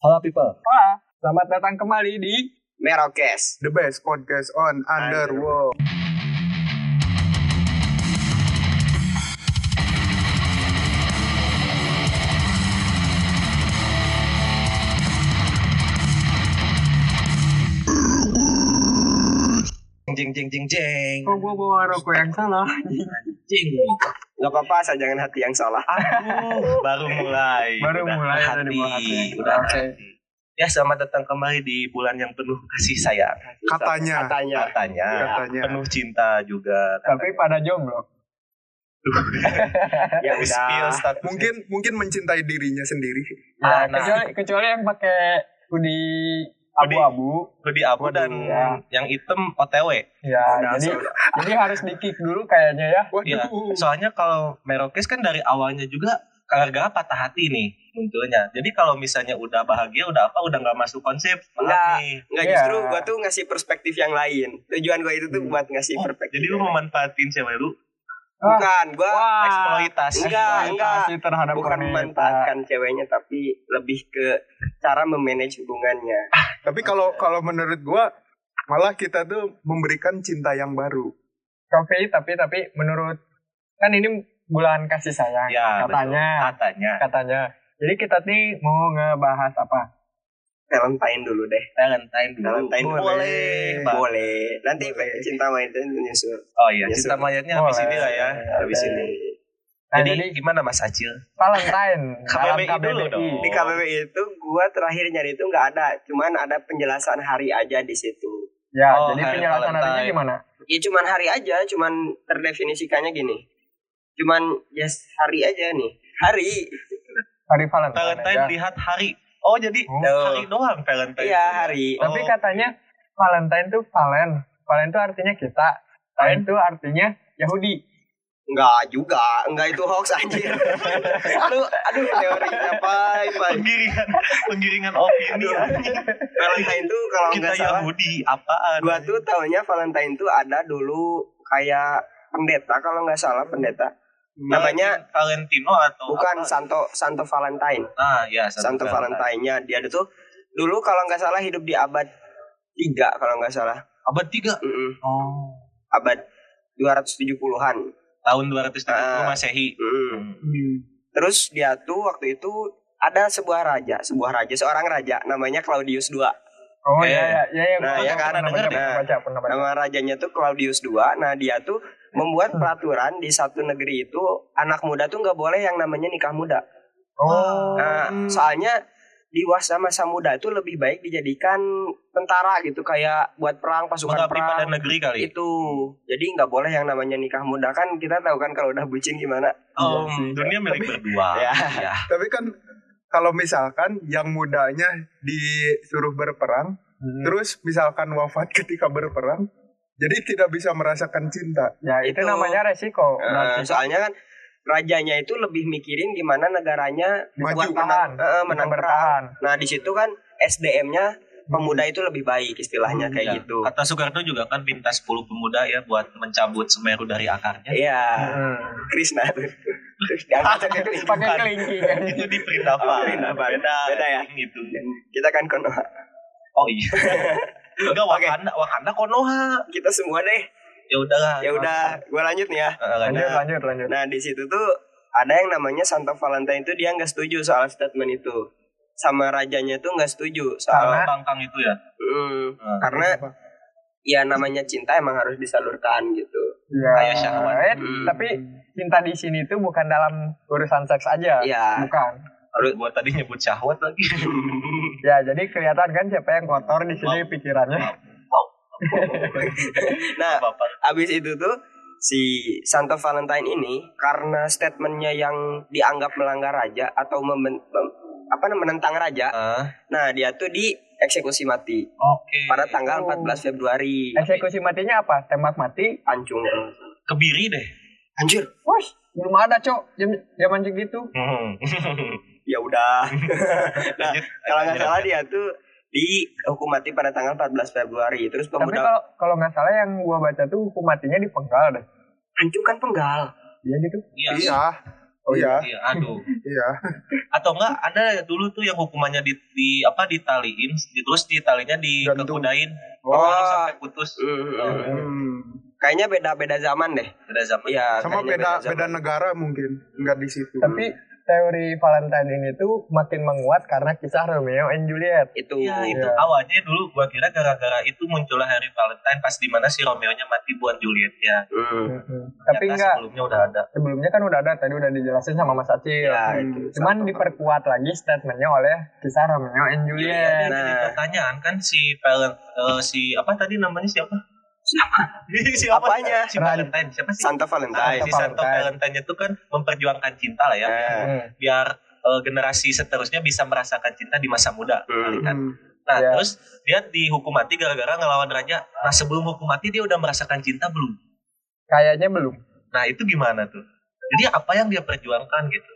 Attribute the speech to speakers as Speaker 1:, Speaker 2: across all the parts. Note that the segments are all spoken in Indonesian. Speaker 1: Halo people.
Speaker 2: Wah, selamat datang kembali di Merokes.
Speaker 3: The best podcast on underworld.
Speaker 1: Jeng jeng jeng jeng.
Speaker 2: Oh, gua bawa rokok yang salah.
Speaker 1: Jeng.
Speaker 2: Gak apa-apa, asal jangan hati yang salah.
Speaker 1: Aduh, baru Ah, mulai.
Speaker 3: Baru
Speaker 1: Udah
Speaker 3: mulai
Speaker 1: hati,
Speaker 3: tadi buat hati.
Speaker 1: udah
Speaker 3: Oke.
Speaker 1: hati. Ya selamat datang kembali di bulan yang penuh kasih sayang.
Speaker 2: Ya.
Speaker 3: Katanya.
Speaker 2: Katanya.
Speaker 1: Katanya,
Speaker 3: Katanya.
Speaker 1: penuh cinta juga.
Speaker 2: Tapi pada jomblo. ya
Speaker 1: Spill
Speaker 2: udah.
Speaker 1: status.
Speaker 3: Mungkin mungkin mencintai dirinya sendiri.
Speaker 2: Ya,
Speaker 1: Nah, nah.
Speaker 2: kecuali, kecuali yang pakai hoodie abu-abu.
Speaker 1: hoodie abu
Speaker 3: Waduh,
Speaker 1: dan
Speaker 2: ya.
Speaker 1: yang hitam OTW.
Speaker 2: Ya,
Speaker 3: Udah,
Speaker 2: jadi
Speaker 3: so-
Speaker 2: jadi harus di kick dulu kayaknya ya.
Speaker 3: Waduh.
Speaker 1: Iya. Soalnya kalau Merokes kan dari awalnya juga kagak patah hati nih munculnya. Jadi kalau misalnya udah bahagia, udah apa, udah nggak masuk konsep.
Speaker 4: Nggak.
Speaker 1: Maaf nih.
Speaker 4: Enggak
Speaker 2: Iya.
Speaker 4: justru gua tuh ngasih perspektif yang lain. Tujuan gua itu tuh buat ngasih
Speaker 1: Oh,
Speaker 4: perspektif.
Speaker 1: jadi lu
Speaker 4: yang lain.
Speaker 1: memanfaatin cewek lu
Speaker 4: bukan gua
Speaker 2: Wah.
Speaker 1: eksploitasi.
Speaker 4: Enggak, enggak.
Speaker 2: Eksploitasi terhadap
Speaker 4: bukan
Speaker 2: wanita.
Speaker 4: memanfaatkan ceweknya tapi lebih ke cara memanage hubungannya.
Speaker 3: Tapi kalau kalau menurut gua malah kita tuh memberikan cinta yang baru.
Speaker 2: Coffee, tapi tapi menurut kan ini bulan kasih sayang
Speaker 1: Ya, betul.
Speaker 2: katanya
Speaker 1: katanya.
Speaker 2: katanya. Jadi kita nih mau ngebahas apa?
Speaker 4: Valentine dulu deh.
Speaker 1: Valentine dulu.
Speaker 4: Valentine dulu.
Speaker 1: boleh. Bang.
Speaker 4: Ah. Boleh. Nanti
Speaker 3: Boleh.
Speaker 4: cinta wanita menyusul
Speaker 1: Oh iya,
Speaker 4: Ya,
Speaker 1: cinta
Speaker 4: sudah.
Speaker 1: mayatnya habis
Speaker 2: Boleh.
Speaker 1: ini lah ya.
Speaker 4: habis ini.
Speaker 2: Nah,
Speaker 1: jadi,
Speaker 2: jadi
Speaker 1: gimana Mas Acil?
Speaker 2: Valentine dalam
Speaker 1: KBBI dulu dong.
Speaker 4: Di KBB itu gua terakhir nyari itu nggak ada, cuman ada penjelasan hari aja di situ.
Speaker 2: Ya,
Speaker 1: Oh,
Speaker 2: jadi
Speaker 1: hari
Speaker 2: penjelasan harinya
Speaker 1: Valentine.
Speaker 2: gimana?
Speaker 4: Ya cuman hari aja, cuman terdefinisikannya gini. Cuman yes hari aja nih. Hari
Speaker 2: Hari Valentine. Ya.
Speaker 1: Valentine
Speaker 2: aja.
Speaker 1: lihat hari. Oh, jadi
Speaker 4: Oh.
Speaker 1: hari doang Valentine.
Speaker 4: Iya, hari.
Speaker 1: Oh,
Speaker 2: Tapi katanya Valentine tuh Valen. Valen tuh artinya kita. Valen
Speaker 4: Hmm.
Speaker 2: tuh artinya Yahudi.
Speaker 4: Enggak juga, enggak itu hoax anjir. Lu aduh teori apa Ipan?
Speaker 1: penggiringan penggiringan opini.
Speaker 4: Aduh. Valentine tuh Iya. kalau
Speaker 1: Kita
Speaker 4: enggak salah
Speaker 1: Yahudi apaan?
Speaker 4: gua tuh taunya Valentine tuh ada dulu kayak pendeta kalau nggak salah pendeta. namanya-
Speaker 1: Valentino atau
Speaker 4: Bukan
Speaker 1: apa?
Speaker 4: Santo Santo Valentine.
Speaker 1: Nah, ya
Speaker 4: Santo Valentine-nya dia tuh dulu kalau nggak salah hidup di abad 3 kalau nggak salah.
Speaker 1: Abad 3.
Speaker 4: Mm-mm.
Speaker 1: Oh.
Speaker 4: Abad 270-an.
Speaker 1: Tahun 270
Speaker 4: Ah.
Speaker 1: Masehi.
Speaker 4: Mm. Terus dia tuh waktu itu ada sebuah raja, sebuah raja, seorang raja namanya Claudius II.
Speaker 2: Oh
Speaker 1: Eh.
Speaker 2: iya ya, ya, ya.
Speaker 4: Nah,
Speaker 2: Pernah
Speaker 4: ya kan,
Speaker 2: pernah baca,
Speaker 1: denger
Speaker 4: deh. Nah.
Speaker 2: pernah baca, pernah baca.
Speaker 4: Nama rajanya tuh Claudius II. Nah, dia tuh membuat
Speaker 1: Hmm.
Speaker 4: peraturan di satu negeri itu anak muda tuh nggak boleh yang namanya nikah muda.
Speaker 2: Oh.
Speaker 4: Nah, soalnya dewasa masa muda itu lebih baik dijadikan tentara gitu kayak buat perang pasukan
Speaker 1: Mengabdi pada
Speaker 4: perang Iya
Speaker 1: negeri kali.
Speaker 4: itu. Jadi nggak boleh yang namanya nikah muda kan kita tahu kan kalau udah bucin gimana. Iya.
Speaker 1: Oh, dunia milik berdua.
Speaker 4: Ya.
Speaker 1: Ya.
Speaker 3: Tapi kan kalau misalkan yang mudanya disuruh berperang,
Speaker 2: Hmm.
Speaker 3: terus misalkan wafat ketika berperang, jadi tidak bisa merasakan cinta.
Speaker 2: ya itu,
Speaker 4: Nah, itu-
Speaker 2: namanya resiko.
Speaker 4: Nah, soalnya kan rajanya itu lebih mikirin gimana negaranya
Speaker 3: Maju.
Speaker 4: buat
Speaker 2: Bertahan.
Speaker 4: menang, eh, menang
Speaker 2: Kita
Speaker 4: perang.
Speaker 2: bertahan.
Speaker 4: Nah, di situ kan SDM-nya pemuda itu lebih baik istilahnya kayak
Speaker 1: Ya.
Speaker 4: gitu.
Speaker 1: Kata Soekarno juga kan minta 10 pemuda ya buat mencabut Semeru dari akarnya.
Speaker 4: Iya,
Speaker 2: Hmm.
Speaker 4: Krisna tuh. Diangkat ke Kelingking.
Speaker 2: Pakai kelinci kan.
Speaker 1: itu di perintah
Speaker 4: Oh,
Speaker 1: Pak.
Speaker 4: perintah Pak.
Speaker 1: Beda,
Speaker 4: Beda ya?
Speaker 1: anjing Itu.
Speaker 4: Kita kan konoha.
Speaker 1: Oh iya. Enggak
Speaker 4: Oke.
Speaker 1: Wakanda, Wakanda Konoha.
Speaker 4: Kita semua deh.
Speaker 1: Ya udahlah.
Speaker 4: Ya udah, gua lanjut nih ya.
Speaker 1: Eh, lanjut.
Speaker 2: Lanjut, lanjut, lanjut.
Speaker 4: Nah, di situ tuh ada yang namanya Santa Valentine itu dia nggak setuju soal statement itu. Sama rajanya tuh nggak setuju soal
Speaker 2: Karena-
Speaker 1: Pangkang itu ya.
Speaker 4: Hmm,
Speaker 1: Eh,
Speaker 4: karena ya namanya cinta emang harus disalurkan gitu.
Speaker 2: Ya.
Speaker 1: Ayo, syahwat.
Speaker 2: Eh,
Speaker 4: Hmm.
Speaker 2: Tapi cinta di sini tuh bukan dalam urusan seks aja.
Speaker 4: Iya.
Speaker 2: Bukan.
Speaker 1: Aduh, gua tadi nyebut syahwat lagi.
Speaker 2: Ya, jadi kelihatan kan siapa yang kotor di sini pikirannya.
Speaker 4: Nah,
Speaker 1: Bapak.
Speaker 4: abis itu tuh si Santo Valentine ini karena statementnya yang dianggap melanggar raja atau memen, mem- apa namanya menentang raja,
Speaker 1: Ah,
Speaker 4: nah dia tuh dieksekusi mati
Speaker 1: Oke.
Speaker 4: pada tanggal
Speaker 2: Oh. Eh.
Speaker 4: 14 Februari.
Speaker 2: Eksekusi matinya apa? Tembak mati?
Speaker 4: Pancung.
Speaker 1: Kebiri deh.
Speaker 4: Anjir.
Speaker 2: Wih, belum ada, Cok. Jam- Zaman segitu.
Speaker 4: Ya udah. Hmm. Nah,
Speaker 1: Lanjut.
Speaker 4: Kalau nggak
Speaker 1: Lanjut.
Speaker 4: salah dia tuh dihukum mati pada tanggal 14 Februari. Terus
Speaker 2: Tapi
Speaker 4: pemuda
Speaker 2: kalau kalau nggak salah yang gua baca tuh hukum matinya dipenggal deh.
Speaker 4: pancung kan penggal.
Speaker 2: Iya gitu.
Speaker 1: Iya.
Speaker 3: Iya, Oh iya,
Speaker 1: Iya, aduh.
Speaker 3: iya.
Speaker 1: Atau enggak ada dulu tuh yang hukumannya di, di apa ditaliin, di- terus di talinya
Speaker 3: Gantung.
Speaker 1: dikekudain,
Speaker 4: Oh.
Speaker 1: sampai putus.
Speaker 4: Mm, mm.
Speaker 3: Hmm.
Speaker 4: Kayaknya beda-beda zaman deh.
Speaker 1: Beda zaman.
Speaker 4: Iya,
Speaker 3: Sama
Speaker 4: kayaknya
Speaker 3: beda
Speaker 4: zaman.
Speaker 3: beda negara mungkin, nggak di situ.
Speaker 2: Tapi teori Valentine ini tuh makin menguat karena kisah Romeo and Juliet.
Speaker 4: itu.
Speaker 1: Iya, itu
Speaker 2: Iya.
Speaker 1: awalnya dulu gua kira gara-gara itu muncullah Harry Valentine pas dimana si Romeo-nya mati buat Juliet-nya.
Speaker 4: Mm.
Speaker 2: Tapi enggak,
Speaker 1: Ternyata Iya kan, sebelumnya udah ada.
Speaker 2: sebelumnya kan udah ada tadi udah dijelasin sama Mas Acil.
Speaker 4: Ya,
Speaker 3: Hmm.
Speaker 4: itu.
Speaker 2: Cuman
Speaker 4: Satu-
Speaker 2: diperkuat lagi statementnya oleh kisah Romeo and Juliet.
Speaker 1: Nah, jadi
Speaker 4: Nah.
Speaker 1: pertanyaan kan si Valen, eh, si apa tadi namanya siapa? Siapa? siapa?
Speaker 4: Apanya?
Speaker 1: Si Valentine. Siapa sih?
Speaker 4: Santa
Speaker 1: Nah,
Speaker 4: Valentine.
Speaker 1: si Santo Valentine itu kan memperjuangkan cinta lah ya,
Speaker 4: Eh,
Speaker 2: Hmm.
Speaker 1: biar eh, generasi seterusnya bisa merasakan cinta di masa muda.
Speaker 4: mm.
Speaker 1: kan.
Speaker 3: Hmm.
Speaker 1: Nah,
Speaker 2: Iya.
Speaker 1: terus dia dihukum mati gara-gara ngelawan raja. Nah, sebelum hukum mati dia udah merasakan cinta belum?
Speaker 2: Kayaknya belum.
Speaker 1: Nah, itu gimana tuh? Jadi apa yang dia perjuangkan gitu?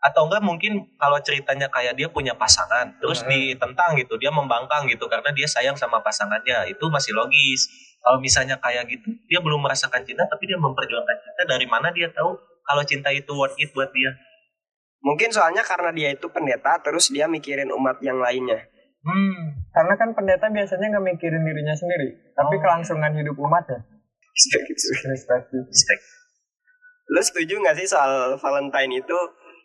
Speaker 1: Atau enggak mungkin kalau ceritanya kayak dia punya pasangan, terus
Speaker 2: Hmm.
Speaker 1: ditentang gitu, dia membangkang gitu karena dia sayang sama pasangannya. Itu masih logis. Kalau misalnya kayak gitu, dia belum merasakan cinta tapi dia memperjuangkan cinta dari mana dia tahu kalau cinta itu worth it buat dia?
Speaker 4: Mungkin soalnya karena dia itu pendeta terus dia mikirin umat yang lainnya.
Speaker 1: Hmm.
Speaker 2: Karena kan pendeta biasanya nggak mikirin dirinya sendiri, tapi
Speaker 1: Oh.
Speaker 2: kelangsungan hidup umatnya. Respect.
Speaker 4: gitu. Lu setuju nggak sih soal Valentine itu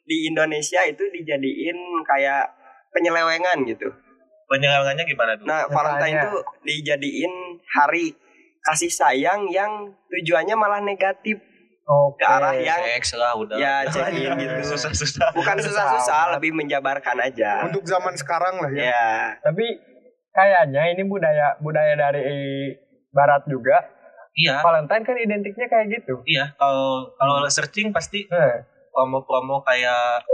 Speaker 4: di Indonesia itu dijadiin kayak penyelewengan gitu.
Speaker 1: Penyerangannya gimana dulu?
Speaker 4: Nah, Valentine
Speaker 2: Misalnya.
Speaker 4: itu dijadiin hari kasih sayang yang tujuannya malah negatif
Speaker 2: Oke.
Speaker 4: ke arah yang
Speaker 1: Seks lah udah.
Speaker 4: Ya, cekin gitu.
Speaker 1: Susah-susah.
Speaker 4: bukan
Speaker 2: Susah.
Speaker 4: susah-susah, lebih menjabarkan aja.
Speaker 3: Untuk zaman sekarang lah ya.
Speaker 4: Ya.
Speaker 2: Tapi kayaknya ini budaya budaya dari barat juga.
Speaker 1: Iya.
Speaker 2: Valentine kan identiknya kayak gitu.
Speaker 1: Iya, kalau kalau searching pasti
Speaker 2: Eh,
Speaker 1: promo-promo kayak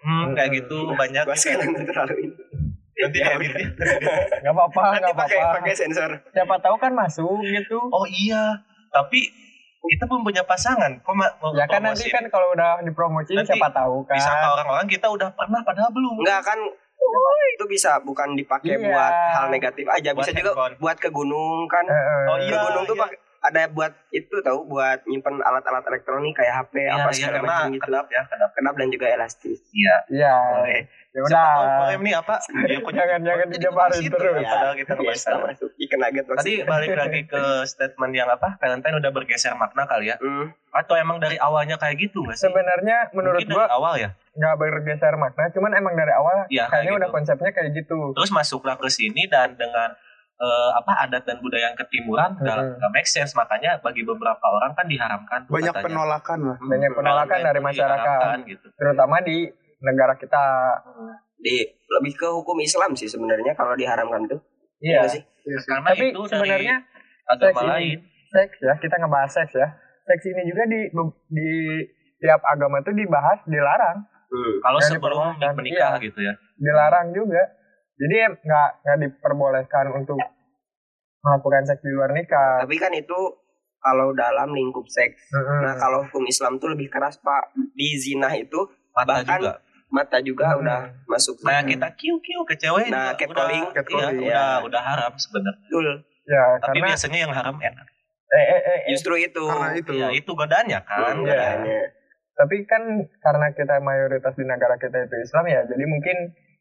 Speaker 1: hmm, kayak gitu banyak
Speaker 4: Ya, Gua sekarang tuh terlalu ini.
Speaker 1: nanti edit ya.
Speaker 2: nggak apa-apa,
Speaker 4: Nanti
Speaker 2: nggak
Speaker 4: pakai
Speaker 2: apa-apa.
Speaker 4: pakai sensor.
Speaker 2: Siapa tahu kan masuk gitu.
Speaker 1: Oh iya, tapi kita belum punya pasangan. Kok ma- mau
Speaker 2: ya kan nanti
Speaker 1: Oh, promosi?
Speaker 2: kan kalau udah dipromosin
Speaker 1: Nanti
Speaker 2: siapa tahu kan.
Speaker 1: disangka orang-orang kita udah pernah padahal belum.
Speaker 4: Enggak kan itu bisa bukan dipakai
Speaker 2: Iya.
Speaker 4: buat hal negatif aja,
Speaker 1: Buat
Speaker 4: bisa juga
Speaker 1: handphone.
Speaker 4: buat ke gunung kan.
Speaker 2: Eh, eh.
Speaker 1: Oh,
Speaker 4: ke
Speaker 1: iya,
Speaker 4: gunung tuh
Speaker 1: iya.
Speaker 4: pakai- ada buat itu tahu buat nyimpen alat-alat elektronik kayak HP
Speaker 1: Ya,
Speaker 4: apa
Speaker 1: ya
Speaker 4: segala
Speaker 1: karena
Speaker 4: macam gitu.
Speaker 1: kedap ya, kedap.
Speaker 4: Kenap dan juga elastis.
Speaker 1: Iya.
Speaker 2: Iya.
Speaker 1: Boleh.
Speaker 2: Ya
Speaker 1: Siapa
Speaker 2: udah.
Speaker 1: tahu Bang Em nih apa? Dia punya
Speaker 2: Jangan- jangan
Speaker 1: Jadi
Speaker 2: dijabarin
Speaker 1: ke situ,
Speaker 2: terus.
Speaker 1: ya, Padahal kita ke
Speaker 4: Iya,
Speaker 1: sana.
Speaker 4: masuk ikan nugget
Speaker 1: Tadi
Speaker 4: maksudnya.
Speaker 1: balik lagi ke statement yang apa? Valentine udah bergeser makna kali ya?
Speaker 4: Hmm.
Speaker 1: Atau emang dari awalnya kayak gitu nggak sih?
Speaker 2: Sebenarnya menurut
Speaker 1: Mungkin
Speaker 2: gua
Speaker 1: dari awal ya.
Speaker 2: nggak bergeser makna, cuman emang dari awal
Speaker 1: Iya, kayak
Speaker 2: kayaknya udah
Speaker 1: gitu.
Speaker 2: konsepnya kayak gitu.
Speaker 1: terus masuklah ke sini dan dengan eh, apa adat dan budaya yang ketimuran nggak
Speaker 2: Hmm.
Speaker 1: nggak make sense makanya bagi beberapa orang kan diharamkan
Speaker 3: Banyak
Speaker 1: katanya.
Speaker 3: penolakan lah.
Speaker 2: Banyak
Speaker 4: hmm,
Speaker 2: penolakan
Speaker 1: Elemen
Speaker 2: dari
Speaker 1: itu
Speaker 2: masyarakat,
Speaker 1: diharamkan, gitu.
Speaker 2: terutama di negara kita.
Speaker 4: Di lebih ke hukum Islam sih sebenarnya kalau diharamkan tuh.
Speaker 2: Iya.
Speaker 4: Nggak sih?
Speaker 3: Iya sih.
Speaker 1: karena
Speaker 2: Tapi
Speaker 1: Nah, itu dari
Speaker 2: sebenarnya
Speaker 1: agama
Speaker 2: seks ini.
Speaker 1: lain
Speaker 2: seks ya kita ngebahas seks ya seks ini juga di di tiap agama tuh dibahas dilarang
Speaker 4: Hmm.
Speaker 1: kalau
Speaker 2: Yang
Speaker 1: sebelum
Speaker 2: diperbolehkan,
Speaker 1: menikah
Speaker 2: iya.
Speaker 1: gitu ya
Speaker 2: dilarang juga jadi em, nggak nggak diperbolehkan untuk melakukan seks di luar nikah
Speaker 4: Tapi kan itu kalau dalam lingkup seks.
Speaker 2: Mm-mm.
Speaker 4: Nah, kalau hukum Islam tuh lebih keras, Pak. Di zina itu
Speaker 1: mata
Speaker 4: Bahkan
Speaker 1: juga
Speaker 4: mata juga
Speaker 2: Hmm.
Speaker 4: udah masuk
Speaker 1: kayak
Speaker 2: Mm-mm.
Speaker 1: kita kiu kiu ke cewek juga
Speaker 4: Nah, catcalling,
Speaker 1: udah,
Speaker 3: catcalling,
Speaker 1: iya,
Speaker 4: ya.
Speaker 1: udah udah haram sebenarnya
Speaker 4: betul.
Speaker 2: ya
Speaker 1: tapi
Speaker 2: karena
Speaker 1: biasanya yang haram enak
Speaker 2: eh, eh, eh, eh,
Speaker 4: Justru itu.
Speaker 3: Karena itu.
Speaker 1: ya itu godaannya kan
Speaker 2: Iya.
Speaker 4: Makanya.
Speaker 2: tapi kan karena kita mayoritas di negara kita itu Islam ya jadi mungkin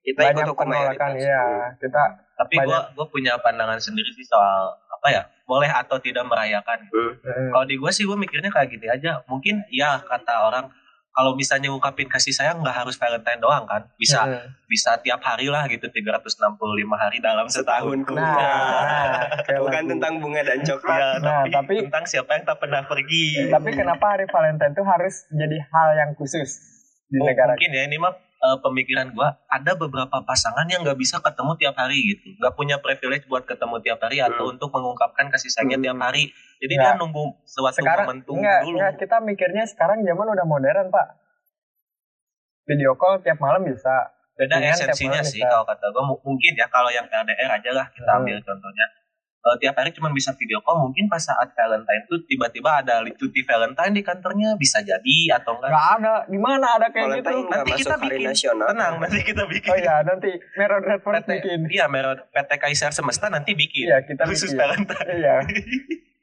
Speaker 4: Kita ikut
Speaker 2: banyak
Speaker 4: hukum Hmm.
Speaker 2: penolakan
Speaker 4: mayoritas.
Speaker 2: ya kita
Speaker 1: tapi gua gua punya pandangan sendiri sih soal apa ya boleh atau tidak merayakan
Speaker 2: mm,
Speaker 1: Kalau di gue sih gue mikirnya kayak gini aja. Mungkin ya kata orang kalau misalnya ngungkapin kasih sayang nggak harus Valentine doang kan. Bisa
Speaker 2: mm.
Speaker 1: bisa tiap hari lah gitu 365 hari dalam setahun.
Speaker 4: Setahunku.
Speaker 2: nah, nah, kayak
Speaker 4: Bukan
Speaker 2: lagu.
Speaker 4: kan tentang bunga dan coklat.
Speaker 1: Ya,
Speaker 2: Nah,
Speaker 1: tapi,
Speaker 2: tapi- Iya,
Speaker 1: tentang siapa yang tak pernah pergi.
Speaker 2: tapi kenapa hari Valentine tuh harus jadi hal yang khusus di
Speaker 1: Oh,
Speaker 2: negara
Speaker 1: mungkin ya ini mah eh, pemikiran gue ada beberapa pasangan yang nggak bisa ketemu tiap hari gitu nggak punya privilege buat ketemu tiap hari
Speaker 2: Hmm.
Speaker 1: atau untuk mengungkapkan kasih sayangnya
Speaker 4: Hmm.
Speaker 1: tiap hari jadi
Speaker 2: Nggak.
Speaker 1: dia nunggu
Speaker 2: Iya.
Speaker 1: suatu
Speaker 2: sekarang
Speaker 1: momentum
Speaker 2: enggak,
Speaker 1: dulu
Speaker 2: enggak, kita mikirnya sekarang zaman udah modern pak video call tiap malam bisa
Speaker 1: beda
Speaker 2: Dengan tiap
Speaker 1: esensinya
Speaker 2: orang
Speaker 1: sih
Speaker 2: bisa.
Speaker 1: kalau kata gue mungkin ya kalau yang LDR aja lah kita
Speaker 2: Hmm.
Speaker 1: ambil contohnya Eh, tiap hari cuma bisa video call mungkin pas saat Valentine tuh tiba-tiba ada li- cuti Valentine di kantornya bisa jadi atau enggak
Speaker 2: nggak ada di mana ada kayak
Speaker 4: Valentine
Speaker 2: gitu
Speaker 4: nggak
Speaker 1: Nanti
Speaker 4: masuk
Speaker 1: kita
Speaker 4: hari
Speaker 1: bikin.
Speaker 4: nasional.
Speaker 1: tenang nanti kita bikin
Speaker 2: oh iya nanti Meron Redford
Speaker 1: PT
Speaker 2: bikin
Speaker 1: iya Meron PT Kaisar Semesta nanti bikin
Speaker 2: iya kita
Speaker 1: khusus
Speaker 2: bikin
Speaker 1: Valentine
Speaker 2: iya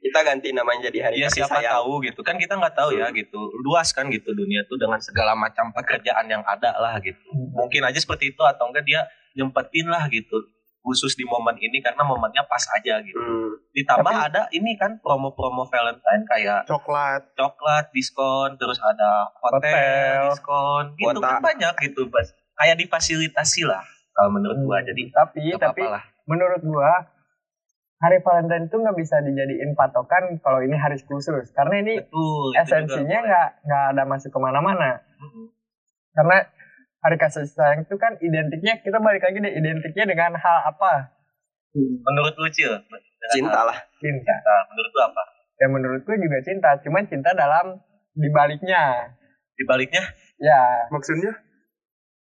Speaker 4: kita ganti namanya jadi hari
Speaker 1: Iya
Speaker 4: kasih
Speaker 1: siapa
Speaker 4: sayang.
Speaker 1: tahu gitu kan kita nggak tahu ya
Speaker 2: Hmm.
Speaker 1: gitu luas kan gitu dunia tuh dengan segala macam pekerjaan yang ada lah gitu
Speaker 2: Hmm.
Speaker 1: mungkin aja seperti itu atau enggak dia nyempetin lah gitu khusus di momen ini karena momennya pas aja gitu
Speaker 4: Hmm.
Speaker 1: ditambah
Speaker 3: Tapi-
Speaker 1: ada ini kan promo-promo Valentine kayak
Speaker 3: coklat
Speaker 1: coklat diskon terus ada hotel,
Speaker 2: Hotel.
Speaker 1: diskon gitu kan
Speaker 4: Kuota.
Speaker 1: banyak gitu Bas. kayak difasilitasi lah kalau menurut gua jadi
Speaker 2: tapi
Speaker 1: nggak
Speaker 2: tapi
Speaker 1: apa-apa lah.
Speaker 2: menurut gua hari Valentine itu nggak bisa dijadiin patokan kalau ini hari khusus karena ini
Speaker 1: betul itu juga
Speaker 2: esensinya
Speaker 1: boleh.
Speaker 2: nggak nggak ada masuk kemana-mana
Speaker 1: Mm-mm.
Speaker 2: karena hari kasih sayang itu kan identiknya kita balik lagi deh identiknya dengan hal apa
Speaker 1: menurut lu Cil dengan
Speaker 4: Cinta
Speaker 2: Nah,
Speaker 4: lah.
Speaker 2: cinta
Speaker 1: apa? menurut lu apa
Speaker 2: ya menurutku juga cinta cuman cinta dalam dibaliknya
Speaker 1: dibaliknya
Speaker 2: ya
Speaker 3: maksudnya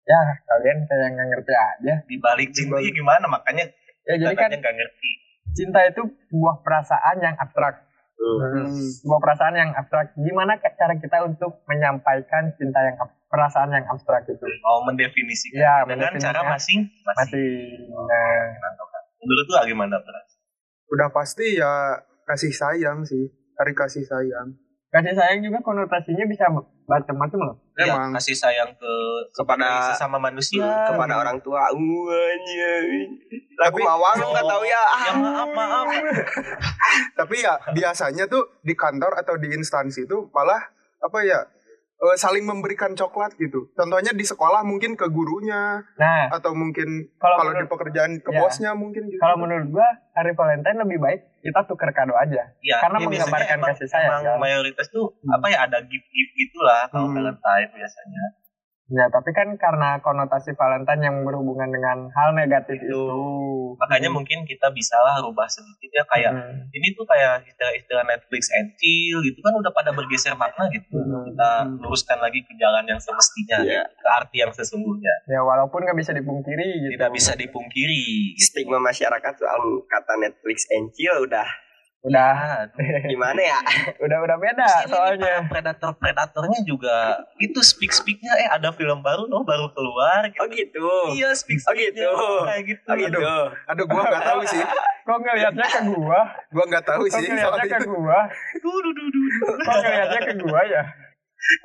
Speaker 2: ya kalian kayak nggak ngerti aja
Speaker 1: dibalik cinta
Speaker 3: Dibalik.
Speaker 1: gimana makanya
Speaker 2: ya jadi kan
Speaker 1: katanya nggak ngerti
Speaker 2: cinta itu sebuah perasaan yang abstrak
Speaker 3: Hmm.
Speaker 2: sebuah perasaan yang abstrak gimana ka- cara kita untuk menyampaikan cinta yang ab- perasaan yang abstrak itu
Speaker 1: mau mendefinisikan
Speaker 2: ya
Speaker 1: dengan cara
Speaker 2: mendefinisinya
Speaker 1: masing masing
Speaker 2: masih nah,
Speaker 1: menurut lu gimana Pras?
Speaker 3: udah pasti ya kasih sayang sih hari kasih sayang
Speaker 2: kasih sayang juga konotasinya bisa macam-macam loh
Speaker 1: Ya,
Speaker 3: Emang.
Speaker 1: kasih sayang ke
Speaker 4: Kepada-
Speaker 1: sesama manusia
Speaker 4: kepada orang tua uangnya lagu
Speaker 3: Tapi-
Speaker 4: mawang nggak tahu ya
Speaker 1: ya maaf maaf
Speaker 3: tapi ya biasanya tuh di kantor atau di instansi itu malah apa ya eh, saling memberikan coklat gitu contohnya di sekolah mungkin ke gurunya
Speaker 2: nah
Speaker 3: atau mungkin
Speaker 2: kalau
Speaker 3: kalau di
Speaker 2: menurut,
Speaker 3: pekerjaan ke
Speaker 2: ya.
Speaker 3: bosnya mungkin gitu
Speaker 2: kalau menurut gua hari Valentine lebih baik kita tuker kado aja
Speaker 1: ya,
Speaker 2: Karena
Speaker 1: ya biasanya
Speaker 2: menggambarkan
Speaker 1: emang-
Speaker 2: kasih sayang,
Speaker 1: emang
Speaker 2: kan?
Speaker 1: mayoritas tuh
Speaker 2: Hmm.
Speaker 1: apa ya ada gift gift gitulah kalau
Speaker 3: Hmm.
Speaker 1: Valentine biasanya
Speaker 2: ya tapi kan karena konotasi Valentine yang berhubungan dengan hal negatif itu,
Speaker 1: makanya mungkin kita bisalah rubah sedikit ya kayak
Speaker 2: Hmm.
Speaker 1: ini tuh kayak istilah-istilah Netflix and chill gitu kan udah pada bergeser makna gitu
Speaker 2: Hmm.
Speaker 1: kita luruskan lagi ke jalan yang semestinya
Speaker 4: Iya.
Speaker 1: ke arti yang sesungguhnya
Speaker 2: ya walaupun nggak bisa dipungkiri gitu
Speaker 1: tidak bisa dipungkiri
Speaker 4: stigma masyarakat soal kata Netflix and chill udah
Speaker 2: udah
Speaker 1: Ah,
Speaker 4: gimana ya
Speaker 2: udah udah beda
Speaker 1: Terus ini
Speaker 2: soalnya
Speaker 1: para predator-predatornya juga itu speak-speaknya eh ada film baru loh baru keluar gitu.
Speaker 4: oh gitu
Speaker 1: Iya speak
Speaker 4: Oh gitu.
Speaker 1: kayak gitu.
Speaker 4: oh gitu
Speaker 3: aduh gua nggak tahu sih
Speaker 2: kok ngelihatnya ke gua
Speaker 3: gua nggak tahu
Speaker 2: kok
Speaker 3: sih soal
Speaker 2: ngelihatnya ke
Speaker 3: itu
Speaker 2: gua
Speaker 1: Duh, duh, duh, duh, duh.
Speaker 2: kok ngelihatnya ke gua ya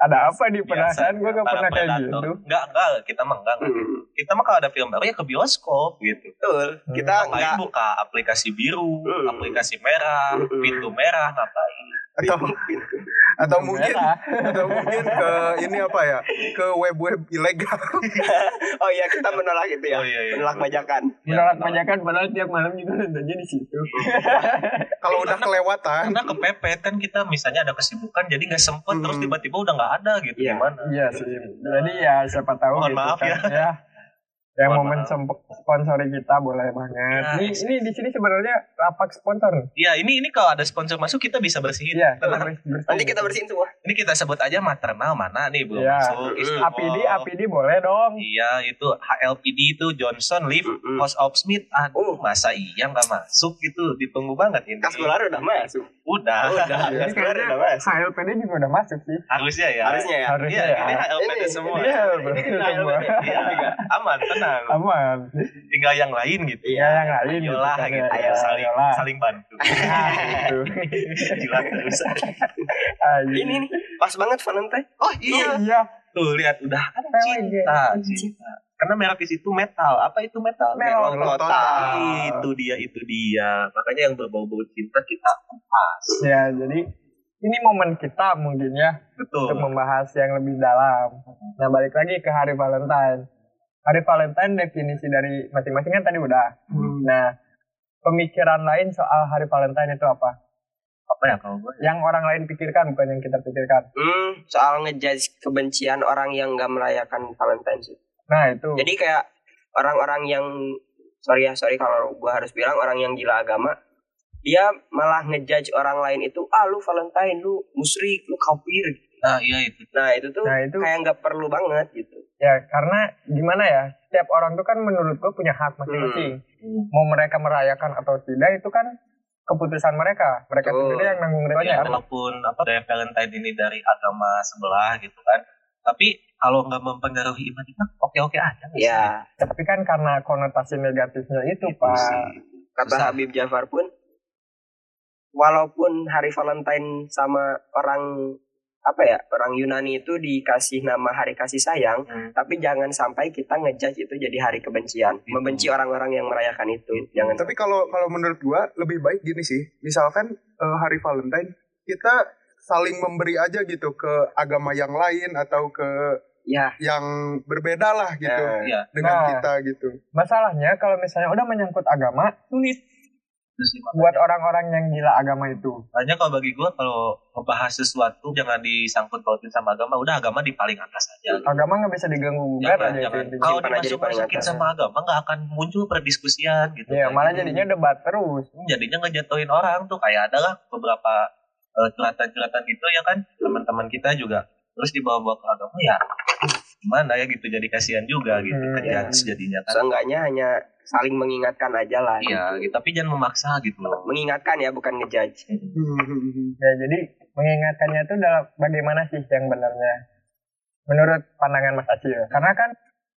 Speaker 2: ada apa di perasaan gua gak
Speaker 1: Para
Speaker 2: pernah kayak
Speaker 1: predator.
Speaker 2: gitu
Speaker 1: Enggak, enggak, kita mah enggak. enggak.
Speaker 4: Hmm,
Speaker 1: Kita mah kalau ada film baru ya ke bioskop gitu.
Speaker 4: betul kita
Speaker 1: Ngapain
Speaker 4: Ah, nggak
Speaker 1: buka aplikasi biru,
Speaker 4: Hmm.
Speaker 1: aplikasi merah,
Speaker 4: Hmm.
Speaker 1: pintu merah ngapain?
Speaker 3: atau atau mungkin
Speaker 1: Iya,
Speaker 2: Merah.
Speaker 3: atau mungkin ke ini apa ya ke web-web ilegal
Speaker 4: oh iya kita menolak itu ya
Speaker 1: Oh, iya, iya.
Speaker 4: menolak bajakan
Speaker 2: menolak bajakan padahal tiap malam juga nontonnya di situ
Speaker 3: kalau udah kelewatan
Speaker 1: Karena kepepet kan kita misalnya ada kesibukan jadi nggak sempet
Speaker 3: Hmm.
Speaker 1: terus tiba-tiba udah nggak ada gitu
Speaker 4: Iya.
Speaker 1: gimana?
Speaker 2: iya sih jadi ya siapa tahu
Speaker 1: Mohon
Speaker 2: gitu
Speaker 1: maaf
Speaker 2: kan
Speaker 1: ya.
Speaker 2: ya yang
Speaker 1: Mohon
Speaker 2: momen
Speaker 1: maaf.
Speaker 2: semp- sponsori kita boleh banget.
Speaker 1: Ya,
Speaker 2: ini ini di sini sebenarnya lapak sponsor.
Speaker 1: Iya, ini ini kalau ada sponsor masuk kita bisa bersihin.
Speaker 2: Iya, kita
Speaker 1: Tenang.
Speaker 2: beres- beres-
Speaker 4: nanti kita bersihin semua
Speaker 1: Ini kita sebut aja maternal mana nih belum
Speaker 2: Iya.
Speaker 1: masuk. Istanbul.
Speaker 2: APD APD boleh dong.
Speaker 1: Oh. Iya itu HLPD itu Johnson Leaf
Speaker 4: Mm-mm.
Speaker 1: House of Smith. Aduh
Speaker 4: Oh.
Speaker 1: masa iya nggak masuk gitu ditunggu banget ini.
Speaker 4: kaskular udah masuk Oh,
Speaker 1: Udah.
Speaker 4: udah
Speaker 2: Jadi
Speaker 4: kaskular
Speaker 2: kayaknya
Speaker 4: udah masuk
Speaker 2: HLPD juga udah masuk sih.
Speaker 1: harusnya ya.
Speaker 4: harusnya ya
Speaker 1: Iya. Iya
Speaker 2: Harusnya ya.
Speaker 1: ini HLPD
Speaker 4: Ini,
Speaker 1: semua.
Speaker 4: ini
Speaker 2: Iya,
Speaker 4: ini
Speaker 2: betul
Speaker 4: kita
Speaker 2: semua.
Speaker 1: Iya aman tenang.
Speaker 2: Aman.
Speaker 1: Tinggal yang lain gitu.
Speaker 2: Iya, yang lain gitu
Speaker 1: Ayolah
Speaker 2: kan,
Speaker 1: gitu.
Speaker 2: ya.
Speaker 1: saling
Speaker 2: Ayolah.
Speaker 1: saling bantu.
Speaker 2: Nah, gitu.
Speaker 1: Jilat terus.
Speaker 2: Ayo.
Speaker 4: ini nih pas banget Valentine
Speaker 1: Oh
Speaker 2: Iya.
Speaker 1: iya. Tuh lihat udah ada
Speaker 2: Apa lagi?
Speaker 1: cinta, cinta. Karena merek di situ metal. Apa itu metal?
Speaker 2: Melon
Speaker 4: Melon
Speaker 3: total.
Speaker 4: total
Speaker 1: Ah, itu dia itu dia makanya yang berbau-bau cinta kita kupas
Speaker 2: Ya, jadi ini momen kita mungkin ya
Speaker 1: betul
Speaker 2: untuk membahas yang lebih dalam. Nah, balik lagi ke hari Valentine. Hari Valentine definisi dari masing-masing kan tadi udah. Nah, pemikiran lain soal hari Valentine itu apa?
Speaker 1: apa ya kalau gue
Speaker 2: Yang orang lain pikirkan bukan yang kita pikirkan.
Speaker 4: Hmm, soal ngejudge kebencian orang yang nggak merayakan Valentine sih.
Speaker 2: Nah, itu.
Speaker 4: Jadi kayak orang-orang yang sorry ya sorry kalau gua harus bilang orang yang gila agama dia malah ngejudge orang lain itu ah lu Valentine lu musyrik lu kafir
Speaker 1: nah iya itu
Speaker 4: nah itu tuh
Speaker 2: nah, itu
Speaker 4: kayak nggak perlu banget gitu
Speaker 2: ya karena gimana ya? Setiap orang tuh kan menurut gua punya hak masing-masing.
Speaker 1: Hmm.
Speaker 2: mau mereka merayakan atau tidak itu kan keputusan mereka mereka
Speaker 4: Betul.
Speaker 2: sendiri yang nanggung
Speaker 1: ya,
Speaker 2: retanya kan?
Speaker 1: walaupun apa dari Valentine ini dari agama sebelah gitu kan tapi kalau nggak mempengaruhi iman kita oke oke aja nggak sih?
Speaker 4: ya
Speaker 2: tapi kan karena konotasi negatifnya itu
Speaker 1: Gitu
Speaker 2: pak
Speaker 1: sih.
Speaker 4: kata
Speaker 1: Susah.
Speaker 4: Habib Jafar pun walaupun hari Valentine sama orang apa ya orang Yunani itu dikasih nama hari kasih sayang
Speaker 1: Hmm.
Speaker 4: tapi jangan sampai kita ngejudge itu jadi hari kebencian
Speaker 2: Gitu.
Speaker 1: Itu.
Speaker 4: membenci orang-orang yang merayakan itu jangan
Speaker 3: Nah, Tapi kalau kalau menurut gua lebih baik gini sih. Misalkan eh, hari Valentine kita saling memberi aja gitu ke agama yang lain atau ke
Speaker 4: ya
Speaker 3: yang berbeda lah gitu
Speaker 4: Nah,
Speaker 1: Iya.
Speaker 3: dengan
Speaker 2: Nah.
Speaker 3: kita gitu.
Speaker 2: Masalahnya kalau misalnya udah menyangkut agama, sulit
Speaker 1: Terus gimana?
Speaker 2: buat orang-orang yang gila agama itu.
Speaker 1: Makanya kalau bagi gue kalau membahas sesuatu jangan disangkut pautin sama agama, udah agama di paling atas aja.
Speaker 2: Agama nggak bisa diganggu gugat
Speaker 1: Jangan,
Speaker 2: aja itu
Speaker 1: jangan.
Speaker 2: intinya.
Speaker 1: Kalau
Speaker 4: Simpan aja di
Speaker 1: dimasuk
Speaker 4: paling
Speaker 1: masukin
Speaker 4: atas.
Speaker 1: sama agama nggak akan muncul perdiskusian gitu.
Speaker 2: Iya,
Speaker 1: Kayak
Speaker 2: malah
Speaker 1: gitu.
Speaker 2: jadinya debat terus.
Speaker 1: Hmm, jadinya ngejatuhin orang tuh kayak adalah beberapa eh, curhatan-curhatan gitu ya kan teman-teman kita juga terus dibawa-bawa ke agama ya gimana ya gitu jadi kasihan juga gitu
Speaker 2: Hmm,
Speaker 1: kan
Speaker 4: iya.
Speaker 1: ya sejadinya kan
Speaker 4: seenggaknya hanya saling mengingatkan aja lah
Speaker 1: iya gitu. tapi jangan memaksa gitu loh
Speaker 4: mengingatkan ya bukan ngejudge
Speaker 2: Iya.
Speaker 3: Hmm,
Speaker 2: Ya, jadi mengingatkannya itu dalam bagaimana sih yang benarnya. Menurut pandangan Mas Acil. Karena kan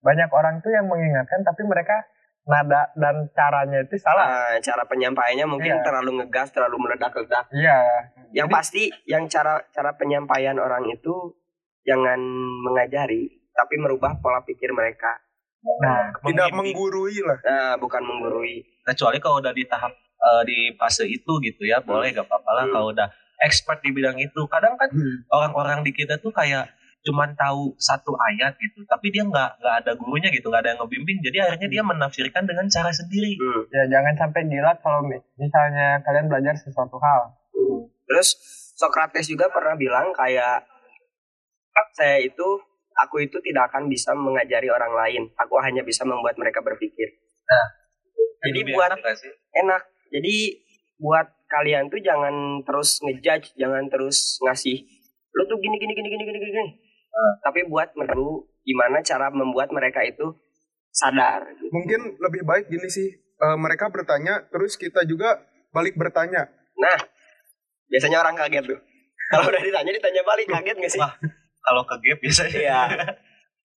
Speaker 2: banyak orang tuh yang mengingatkan tapi mereka nada dan caranya itu salah.
Speaker 4: Eh, cara penyampaiannya
Speaker 2: Iya.
Speaker 4: mungkin terlalu ngegas terlalu meledak-ledak
Speaker 2: Iya.
Speaker 4: yang
Speaker 2: Jadi-
Speaker 4: pasti yang cara cara penyampaian orang itu jangan mengajari tapi merubah pola pikir mereka
Speaker 2: Nah,
Speaker 3: Tidak
Speaker 1: Membimbing.
Speaker 3: menggurui lah.
Speaker 4: nah bukan menggurui
Speaker 1: kecuali kalau udah di tahap eh, di fase itu gitu ya boleh gak apa-apa lah
Speaker 4: Hmm.
Speaker 1: kalau udah expert di bidang itu kadang kan
Speaker 3: Hmm.
Speaker 1: orang-orang di kita tuh kayak cuman tahu satu ayat gitu tapi dia nggak nggak ada gurunya gitu nggak ada yang ngebimbing jadi akhirnya dia menafsirkan dengan cara sendiri
Speaker 4: Hmm.
Speaker 2: ya jangan sampai gila kalau mi- misalnya kalian belajar sesuatu hal.
Speaker 4: terus Socrates juga pernah bilang kayak saya itu aku itu tidak akan bisa mengajari orang lain aku hanya bisa membuat mereka berpikir Jadi
Speaker 1: Lebih
Speaker 4: buat-
Speaker 1: enak nggak sih?
Speaker 4: enak jadi buat kalian tuh jangan terus ngejudge jangan terus ngasih lu tuh gini gini gini gini gini gini gini."
Speaker 2: Hmm.
Speaker 4: tapi buat perlu gimana cara membuat mereka itu sadar
Speaker 3: Mungkin lebih baik gini sih. eh, mereka bertanya terus kita juga balik bertanya.
Speaker 4: Nah, biasanya orang kaget tuh kalau udah ditanya ditanya balik kaget gak sih
Speaker 1: Wah. kalau ke gap biasanya
Speaker 4: iya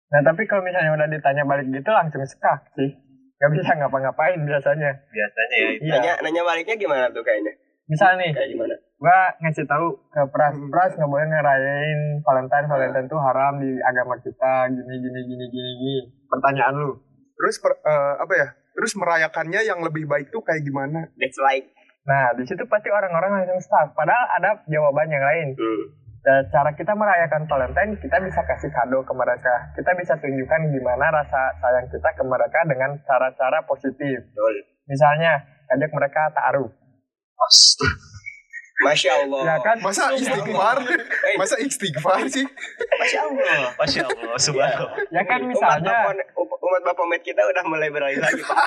Speaker 2: Nah, tapi kalau misalnya udah ditanya balik gitu langsung sekak sih. Gak bisa ngapa-ngapain biasanya.
Speaker 1: biasanya ya itu.
Speaker 2: Iya.
Speaker 4: nanya nanya baliknya gimana tuh kayaknya
Speaker 2: Misal nih,
Speaker 4: kayak gimana
Speaker 2: gua ngasih tahu ke pras
Speaker 3: Hmm.
Speaker 2: pras nggak boleh ngerayain Valentine Valentine tuh haram di agama kita gini gini gini gini gini pertanyaan lu
Speaker 3: Terus per- eh, apa ya? Terus merayakannya yang lebih baik tuh kayak gimana?
Speaker 4: that's like
Speaker 2: nah di situ pasti orang-orang langsung stuck padahal ada jawaban yang lain
Speaker 4: hmm.
Speaker 2: Dan cara kita merayakan Valentine kita bisa kasih kado ke mereka kita bisa tunjukkan gimana rasa sayang kita ke mereka dengan cara-cara positif
Speaker 4: betul.
Speaker 2: misalnya ajak mereka taruh
Speaker 4: Oh.
Speaker 1: Pos.
Speaker 4: masya allah
Speaker 2: ya kan
Speaker 3: Masa istighfar? Masa istighfar sih?
Speaker 4: masya allah
Speaker 1: Masya Allah, subhanallah.
Speaker 2: ya kan
Speaker 4: umat
Speaker 2: misalnya
Speaker 4: bapak umat bapomet kita udah mulai beralih lagi pak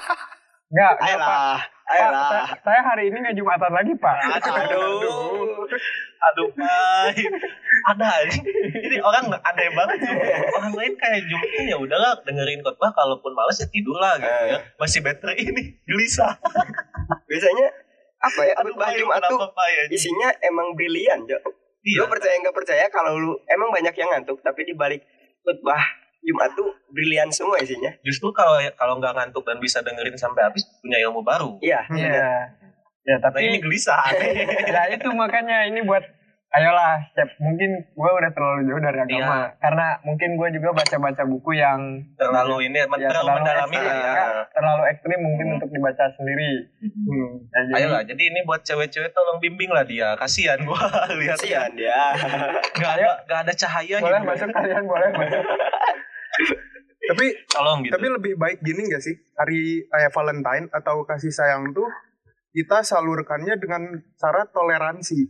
Speaker 2: nggak nggak, pak
Speaker 4: ayolah
Speaker 2: Pak,
Speaker 4: ayolah
Speaker 2: saya- saya hari ini nggak jumatan lagi pak
Speaker 4: aduh
Speaker 1: Aduh, Pak. Ada anjing. Ini orang nggak aneh banget sih. Orang lain kayak jumpa ya udahlah dengerin khotbah kalaupun males ya tidur lah gitu ya. Masih better ini gelisah.
Speaker 4: biasanya apa ya
Speaker 1: Aduh,
Speaker 4: khutbah
Speaker 1: Pak,
Speaker 4: Jumat tuh
Speaker 1: kenapa, Pak ya?
Speaker 4: isinya emang brilian Jo.
Speaker 1: Iya.
Speaker 4: Lu percaya nggak percaya kalau lu emang banyak yang ngantuk tapi di balik khutbah Jumat tuh brilian semua isinya.
Speaker 1: Justru kalau ya, kalau nggak ngantuk dan bisa dengerin sampai habis punya ilmu baru.
Speaker 4: Iya. bener.
Speaker 2: Iya. Ya,
Speaker 1: Nah,
Speaker 2: tapi
Speaker 1: ini gelisah aneh.
Speaker 2: ya itu makanya ini buat ayolah siap mungkin gue udah terlalu jauh
Speaker 1: Iya.
Speaker 2: dari agama karena mungkin gue juga baca-baca buku yang
Speaker 1: Terlalu ini men-
Speaker 2: ya,
Speaker 1: terlalu mendalami
Speaker 2: ekstrim,
Speaker 1: lah ya.
Speaker 2: kan? terlalu ekstrim mungkin untuk dibaca sendiri Ya, jadi,
Speaker 1: Ayolah, jadi ini buat cewek-cewek tolong bimbing lah dia. Kasihan gua lihat
Speaker 4: Kasihan dia.
Speaker 1: Gak ada, gak ada cahaya gitu.
Speaker 2: boleh
Speaker 1: hidupnya.
Speaker 2: masuk kalian boleh masuk
Speaker 3: Tapi
Speaker 1: Tolong gitu.
Speaker 3: tapi lebih baik gini gak sih? Hari kayak Valentine atau kasih sayang tuh kita salurkannya dengan cara toleransi,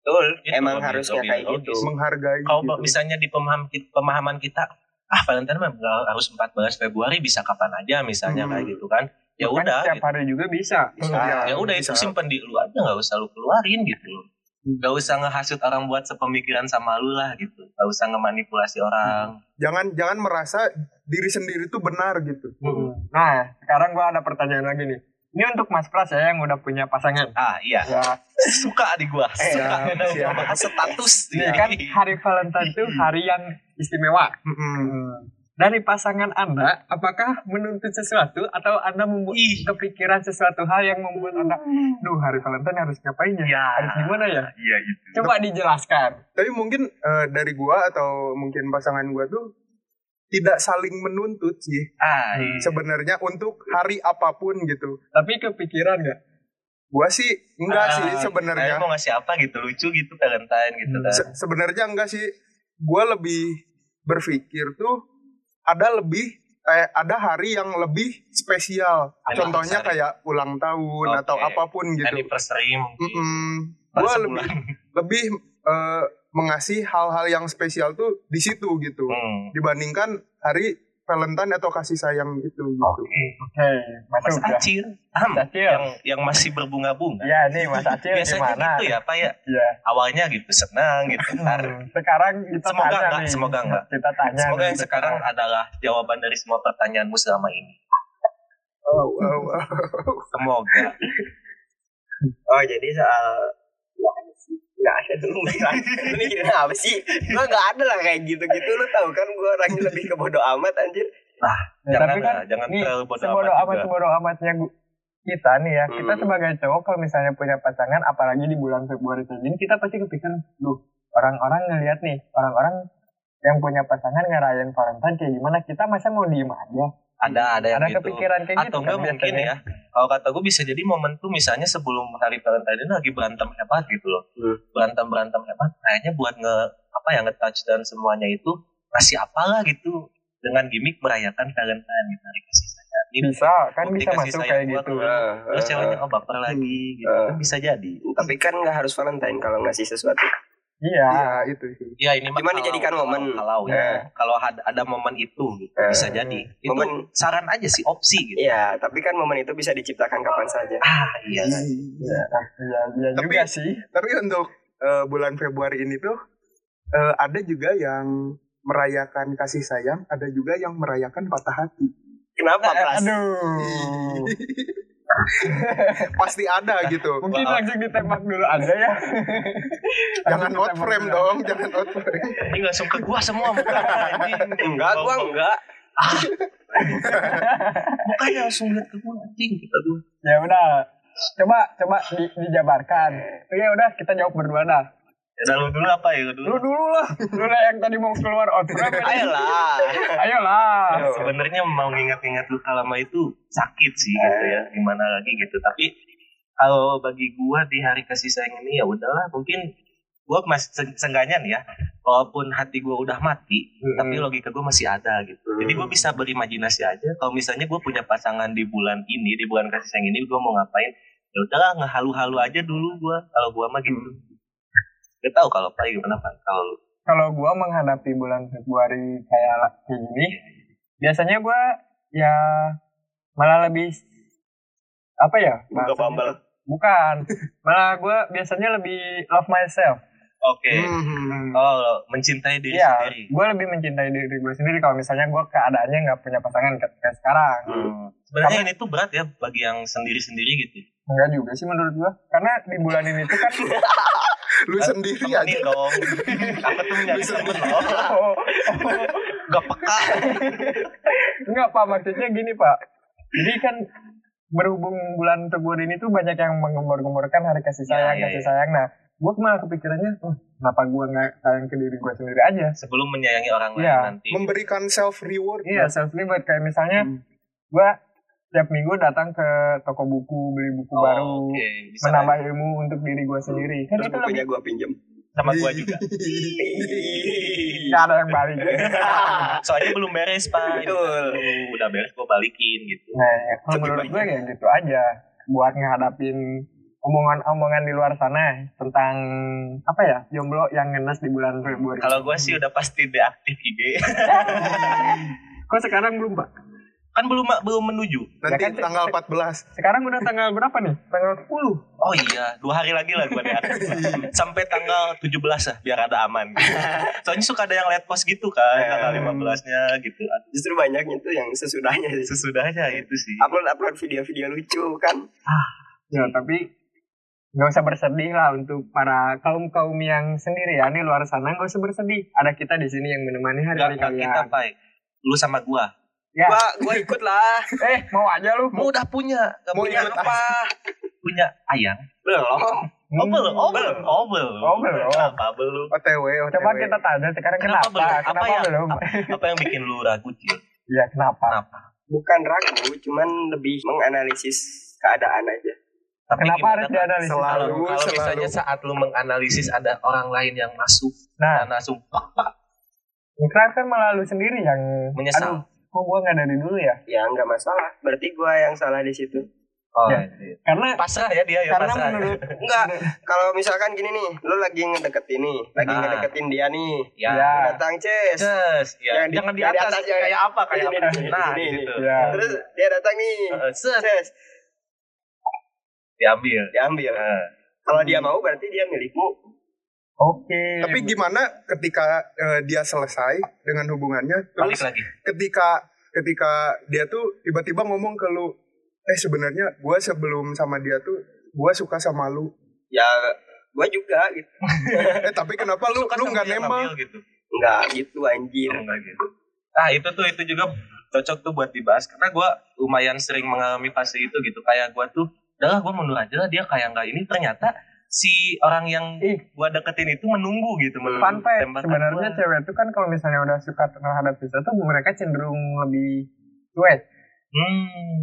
Speaker 4: Betul.
Speaker 1: Itu
Speaker 4: emang
Speaker 1: lebih-
Speaker 4: harusnya
Speaker 1: lebih
Speaker 4: kayak gitu.
Speaker 1: logis.
Speaker 3: menghargai
Speaker 1: kalau
Speaker 3: gitu.
Speaker 1: misalnya di pemahaman kita, pemahaman kita ah Valentine mah nggak harus 14 Februari bisa kapan aja misalnya
Speaker 3: Hmm.
Speaker 1: kayak gitu kan ya
Speaker 2: Bahkan
Speaker 1: udah
Speaker 2: setiap
Speaker 1: gitu.
Speaker 2: hari juga bisa
Speaker 3: Iya,
Speaker 1: ya udah itu
Speaker 3: bisa.
Speaker 1: simpen di lu aja nggak usah lu keluarin gitu nggak usah ngehasut orang buat sepemikiran sama lu lah gitu nggak usah ngemanipulasi orang
Speaker 3: Jangan jangan merasa diri sendiri tuh benar gitu.
Speaker 2: nah sekarang gue ada pertanyaan lagi nih ini untuk mas pras ya yang udah punya pasangan
Speaker 1: ah iya
Speaker 2: ya
Speaker 1: suka di gua suka
Speaker 3: siap,
Speaker 1: udah
Speaker 3: siap.
Speaker 1: ngebahas status
Speaker 2: ini
Speaker 1: Iya.
Speaker 2: kan hari Valentine tuh hari yang istimewa
Speaker 3: Mm-mm.
Speaker 2: dari pasangan Anda apakah menuntut sesuatu atau Anda membuat kepikiran sesuatu hal yang membuat Anda duh hari Valentine harus ngapain ya?
Speaker 1: Ya.
Speaker 2: Harus gimana ya?
Speaker 1: Iya gitu.
Speaker 2: Coba dijelaskan.
Speaker 3: tapi mungkin eh, dari gua atau mungkin pasangan gua tuh tidak saling menuntut sih
Speaker 1: Ah,
Speaker 2: Hmm.
Speaker 1: iya.
Speaker 3: sebenarnya untuk hari apapun gitu
Speaker 2: Tapi kepikiran nggak?
Speaker 3: gua sih enggak
Speaker 1: Ah,
Speaker 3: sih
Speaker 1: Saya
Speaker 3: sebenarnya
Speaker 1: mau ngasih apa gitu lucu gitu Valentine gitu
Speaker 2: Hmm.
Speaker 1: kan.
Speaker 3: Se- sebenarnya enggak sih gua lebih berpikir tuh ada lebih eh, ada hari yang lebih spesial contohnya
Speaker 1: Anniversary.
Speaker 3: kayak ulang tahun
Speaker 1: Oke.
Speaker 3: atau apapun
Speaker 1: Kan
Speaker 3: gitu
Speaker 1: Anniversary mungkin.
Speaker 3: Mm-mm.
Speaker 1: Pas
Speaker 3: gua lebih
Speaker 1: sebulan.
Speaker 3: lebih eh, mengasih hal-hal yang spesial tuh di situ gitu
Speaker 1: Hmm.
Speaker 3: dibandingkan hari Valentine atau kasih sayang gitu gitu.
Speaker 1: Oke.
Speaker 2: Oke, masuk
Speaker 1: Mas
Speaker 2: ya.
Speaker 1: Acil. Am,
Speaker 2: Acil.
Speaker 1: yang yang masih berbunga-bunga.
Speaker 2: Ya nih Mas Acil
Speaker 1: Biasanya
Speaker 2: Iya. gimana?
Speaker 1: gitu ya, Pak ya.
Speaker 2: Iya.
Speaker 1: Awalnya gitu senang gitu. Ntar
Speaker 2: Hmm, Sekarang kita
Speaker 1: Semoga
Speaker 2: tanya
Speaker 1: enggak,
Speaker 2: nih.
Speaker 1: semoga enggak.
Speaker 2: Kita tanya.
Speaker 1: Semoga
Speaker 2: nih.
Speaker 1: yang sekarang adalah jawaban dari semua pertanyaanmu selama ini.
Speaker 3: Oh, oh, oh.
Speaker 1: Semoga.
Speaker 4: Oh jadi soal nggak ada sih nggak ada lu bilang lu mikirin apa sih gua nggak ada lah kayak gitu gitu lu tahu kan gua orangnya lebih ke bodo amat anjir
Speaker 2: Ya,
Speaker 1: jangan
Speaker 2: tapi kan
Speaker 1: lah, jangan
Speaker 2: nih,
Speaker 1: terlalu bodo
Speaker 2: sebodoh
Speaker 1: amat
Speaker 2: amat
Speaker 1: juga.
Speaker 2: sebodoh amatnya gu- kita nih ya kita
Speaker 4: Hmm.
Speaker 2: sebagai cowok kalau misalnya punya pasangan apalagi di bulan Februari kayak gini kita pasti kepikiran duh orang-orang ngelihat nih orang-orang yang punya pasangan ngerayain Valentine kayak gimana kita masa mau diem aja
Speaker 1: Ada ada yang
Speaker 2: ada
Speaker 1: gitu.
Speaker 2: kepikiran kayak gitu
Speaker 1: Atau enggak
Speaker 2: kan
Speaker 1: mungkin
Speaker 2: biasanya.
Speaker 1: ya. Kalau kata gue bisa jadi momen tuh misalnya sebelum hari Valentine ini lagi berantem hebat gitu loh.
Speaker 4: Hmm.
Speaker 1: Berantem berantem hebat. Kayaknya buat nge apa ya nge touch dan semuanya itu masih apalah gitu dengan gimmick merayakan Valentine gitu hari kasih sayang. Ini
Speaker 2: bisa kan
Speaker 1: bukti
Speaker 2: bisa
Speaker 1: kasih
Speaker 2: masuk
Speaker 1: sayang
Speaker 2: kayak
Speaker 1: gua
Speaker 2: gitu
Speaker 1: tuh. Terus ceweknya oh baper lagi gitu.
Speaker 4: Eh.
Speaker 1: Kan bisa jadi.
Speaker 4: tapi kan nggak harus Valentine kalau ngasih sesuatu
Speaker 2: iya
Speaker 1: Nah.
Speaker 3: Iya itu sih.
Speaker 1: Ya ini mah
Speaker 4: Cuman
Speaker 1: kalau-
Speaker 4: dijadikan
Speaker 1: kalau-
Speaker 4: momen.
Speaker 1: kalau ya.
Speaker 4: Eh.
Speaker 1: Kalau had- ada momen itu gitu,
Speaker 4: Eh.
Speaker 1: bisa jadi. Itu
Speaker 4: Momen-
Speaker 1: saran aja sih opsi gitu.
Speaker 4: Iya, tapi kan momen itu bisa diciptakan kapan saja.
Speaker 1: Ah iya.
Speaker 2: iya iya iya
Speaker 3: Tapi-
Speaker 2: juga sih
Speaker 3: Tapi untuk eh, bulan Februari ini tuh eh, ada juga yang merayakan kasih sayang, ada juga yang merayakan patah hati.
Speaker 1: Eh,
Speaker 4: Kenapa, Pras?
Speaker 2: aduh
Speaker 3: Hmm. Pasti ada gitu.
Speaker 2: mungkin
Speaker 1: Wah.
Speaker 2: langsung ditembak dulu aja ya
Speaker 3: Jangan
Speaker 2: Langsung
Speaker 3: out frame
Speaker 2: ditembak dulu.
Speaker 3: dong, jangan out frame.
Speaker 1: Ini langsung ke gua semua bukan anjing.
Speaker 4: Enggak, gua enggak.
Speaker 1: Bukannya langsung lihat ke gua anjing kita gua.
Speaker 2: Ya udah, coba coba di, dijabarkan. Ya udah kita jawab berdua dah.
Speaker 1: Ya lu dulu apa ya lu dulu.
Speaker 2: Lu dulu lah, lu lah yang tadi mau keluar outframe.
Speaker 4: Ayolah.
Speaker 2: Ayolah.
Speaker 4: Ayo.
Speaker 1: Sebenarnya mau ngingat-ngingat luka lama itu sakit sih gitu ya. Gimana lagi gitu. Tapi kalau bagi gua di hari kasih sayang ini ya udahlah mungkin gua masih se- seenggaknya nih ya walaupun hati gua udah mati tapi logika gua masih ada gitu jadi gua bisa berimajinasi aja kalau misalnya gua punya pasangan di bulan ini di bulan kasih sayang ini gua mau ngapain ya udahlah ngehalu-halu aja dulu gua kalau gua mah gitu Gak tau kalau Pak gimana Pak kalau lu.
Speaker 2: Kalau gua menghadapi bulan Februari kayak ini, biasanya gua ya malah lebih apa ya?
Speaker 4: Buka
Speaker 2: bahasanya?
Speaker 4: bumble.
Speaker 2: Bukan. Malah gua biasanya lebih love myself.
Speaker 1: Oke.
Speaker 3: Hmm.
Speaker 1: Oh, lo mencintai diri
Speaker 2: Iya,
Speaker 1: sendiri.
Speaker 2: gue lebih mencintai diri gue sendiri kalau misalnya gue keadaannya nggak punya pasangan kayak kayak sekarang.
Speaker 1: Hmm. Sebenarnya ini tuh berat ya bagi yang sendiri-sendiri gitu.
Speaker 2: Enggak juga sih menurut gua. Karena di bulan ini tuh kan
Speaker 3: Lu sendiri aja.
Speaker 1: Kan Temenin dong. Aku tuh nyari temen loh.
Speaker 2: oh,
Speaker 1: Gak peka.
Speaker 2: enggak Pak maksudnya gini Pak. Jadi kan berhubung bulan Februari ini tuh banyak yang menggembor-gemborkan hari kasih
Speaker 1: Ya,
Speaker 2: sayang,
Speaker 1: ya,
Speaker 2: kasih
Speaker 1: ya.
Speaker 2: sayang. Nah, gua malah kepikirannya, "Oh, kenapa gua nggak sayang ke diri gua sendiri aja?
Speaker 1: Sebelum menyayangi orang lain
Speaker 2: Iya.
Speaker 1: nanti.
Speaker 3: Memberikan self reward.
Speaker 2: Iya,
Speaker 1: Hmm.
Speaker 2: self reward kayak misalnya
Speaker 3: Hmm.
Speaker 2: gua tiap minggu datang ke toko buku beli buku
Speaker 1: Oh,
Speaker 2: baru
Speaker 1: oke. Bisa
Speaker 2: menambah ilmu untuk diri gua sendiri kan
Speaker 4: Terus
Speaker 2: itu lebih
Speaker 4: bukunya gua pinjem.
Speaker 1: sama gua juga.
Speaker 2: nggak ada yang balik
Speaker 1: Soalnya belum beres, Pak.
Speaker 4: Betul.
Speaker 1: Aduh, Udah beres gua balikin gitu.
Speaker 2: Nah, ya, kalau
Speaker 4: Lebih
Speaker 2: menurut
Speaker 4: baik
Speaker 2: gue
Speaker 4: ya.
Speaker 2: kayak gitu aja buat ngehadapin omongan-omongan di luar sana tentang apa ya jomblo yang ngenes di bulan Februari.
Speaker 1: Kalau gua sih udah pasti deaktif IG.
Speaker 2: kok sekarang belum pak?
Speaker 1: Kan belum belum menuju.
Speaker 3: Nanti
Speaker 2: Ya kan,
Speaker 3: tanggal 14.
Speaker 2: Sekarang udah tanggal berapa nih? Tanggal 10.
Speaker 1: Oh iya, dua hari lagi lah gue deaktif. Sampai tanggal 17 lah, biar ada aman. Soalnya suka ada yang lihat post gitu kan, tanggal 15-nya gitu.
Speaker 4: Justru banyaknya tuh yang sesudahnya sih.
Speaker 1: Sesudahnya itu sih.
Speaker 4: Upload upload video-video lucu kan.
Speaker 2: Ya tapi nggak usah bersedih lah untuk para kaum kaum ya. yang sendirian di luar sana nggak usah bersedih. Ada kita di sini yang menemani hari-hari
Speaker 1: Gak, gak kita,
Speaker 2: kalian.
Speaker 1: Pai. lu sama gua
Speaker 2: Ya.
Speaker 4: Gua gua ikut lah.
Speaker 2: Eh, mau aja lu.
Speaker 1: mau udah punya gak
Speaker 3: Mau
Speaker 1: punya
Speaker 3: ikut
Speaker 1: apa punya ayang belum
Speaker 2: Hmm.
Speaker 1: oh belum oh belum oh belum
Speaker 2: Oh, belum.
Speaker 1: kenapa belum
Speaker 3: OTW, OTW.
Speaker 2: Coba kita tanya sekarang
Speaker 1: Oh, Kenapa
Speaker 2: kenapa?
Speaker 1: belum? Apa
Speaker 2: Kenapa
Speaker 1: yang-
Speaker 2: belum?
Speaker 1: apa yang bikin lu ragu Cil?
Speaker 2: Iya, kenapa?
Speaker 1: kenapa
Speaker 4: Bukan ragu, cuman lebih menganalisis keadaan aja.
Speaker 1: tapi
Speaker 2: Kenapa
Speaker 1: gimana
Speaker 2: harus
Speaker 1: kan?
Speaker 2: dianalisis?
Speaker 3: Selalu.
Speaker 1: kalau kalau
Speaker 3: selalu.
Speaker 1: misalnya saat lu menganalisis ada orang lain yang masuk
Speaker 2: Nah,
Speaker 1: dan langsung pak pak
Speaker 2: Ikrar kan malah lu sendiri yang
Speaker 1: menyesal
Speaker 2: Aduh, kok gua nggak dari dulu ya?
Speaker 4: Ya nggak masalah. Berarti gua yang salah di situ.
Speaker 1: oh,
Speaker 2: Ya.
Speaker 1: iya.
Speaker 2: Karena
Speaker 1: pasrah ya dia ya
Speaker 2: karena
Speaker 1: pasrah
Speaker 2: menurut
Speaker 4: Enggak, kalau misalkan gini nih, lu lagi ngedeketin nih, lagi
Speaker 1: Nah.
Speaker 4: ngedeketin dia nih.
Speaker 1: ya,
Speaker 2: Ya.
Speaker 4: Lu Datang, Ces.
Speaker 1: Yes, ya.
Speaker 4: Yang di-
Speaker 1: jangan di
Speaker 4: yang di
Speaker 1: atas,
Speaker 4: atas, ya.
Speaker 1: kayak apa kayak
Speaker 4: Ini,
Speaker 1: apa
Speaker 4: ini, ini,
Speaker 1: nah
Speaker 4: ini, ini.
Speaker 1: gitu
Speaker 2: ya.
Speaker 4: Terus dia datang nih,
Speaker 1: Heeh, Ah, set
Speaker 4: Ces,
Speaker 1: diambil Nah,
Speaker 4: diambil.
Speaker 1: Heeh.
Speaker 4: Kalau dia mau berarti dia milikmu.
Speaker 2: Oke. gitu.
Speaker 3: Tapi gimana ketika eh, dia selesai dengan hubungannya, terus
Speaker 1: balik lagi
Speaker 3: ketika ketika dia tuh tiba-tiba ngomong ke lu eh sebenarnya gue sebelum sama dia tuh gue suka sama lu
Speaker 4: Ya gua juga gitu.
Speaker 3: eh tapi kenapa lu
Speaker 1: Suka
Speaker 3: lu
Speaker 1: sama
Speaker 3: nggak
Speaker 1: dia
Speaker 3: nembak
Speaker 1: ngambil gitu
Speaker 4: Enggak gitu anjir.
Speaker 2: Iya.
Speaker 1: Enggak gitu. Nah itu tuh itu juga cocok tuh buat dibahas karena gua lumayan sering mengalami fase itu gitu kayak gua tuh udahlah gua mundur aja lah dia kayak nggak ini ternyata si orang yang
Speaker 2: Ih.
Speaker 1: gua deketin itu menunggu gitu menunggu
Speaker 2: Fun fact,
Speaker 1: tembakan
Speaker 2: sebenarnya
Speaker 1: gua.
Speaker 2: cewek itu kan kalau misalnya udah suka terhadap kita tuh mereka cenderung lebih cuek.
Speaker 1: hmm,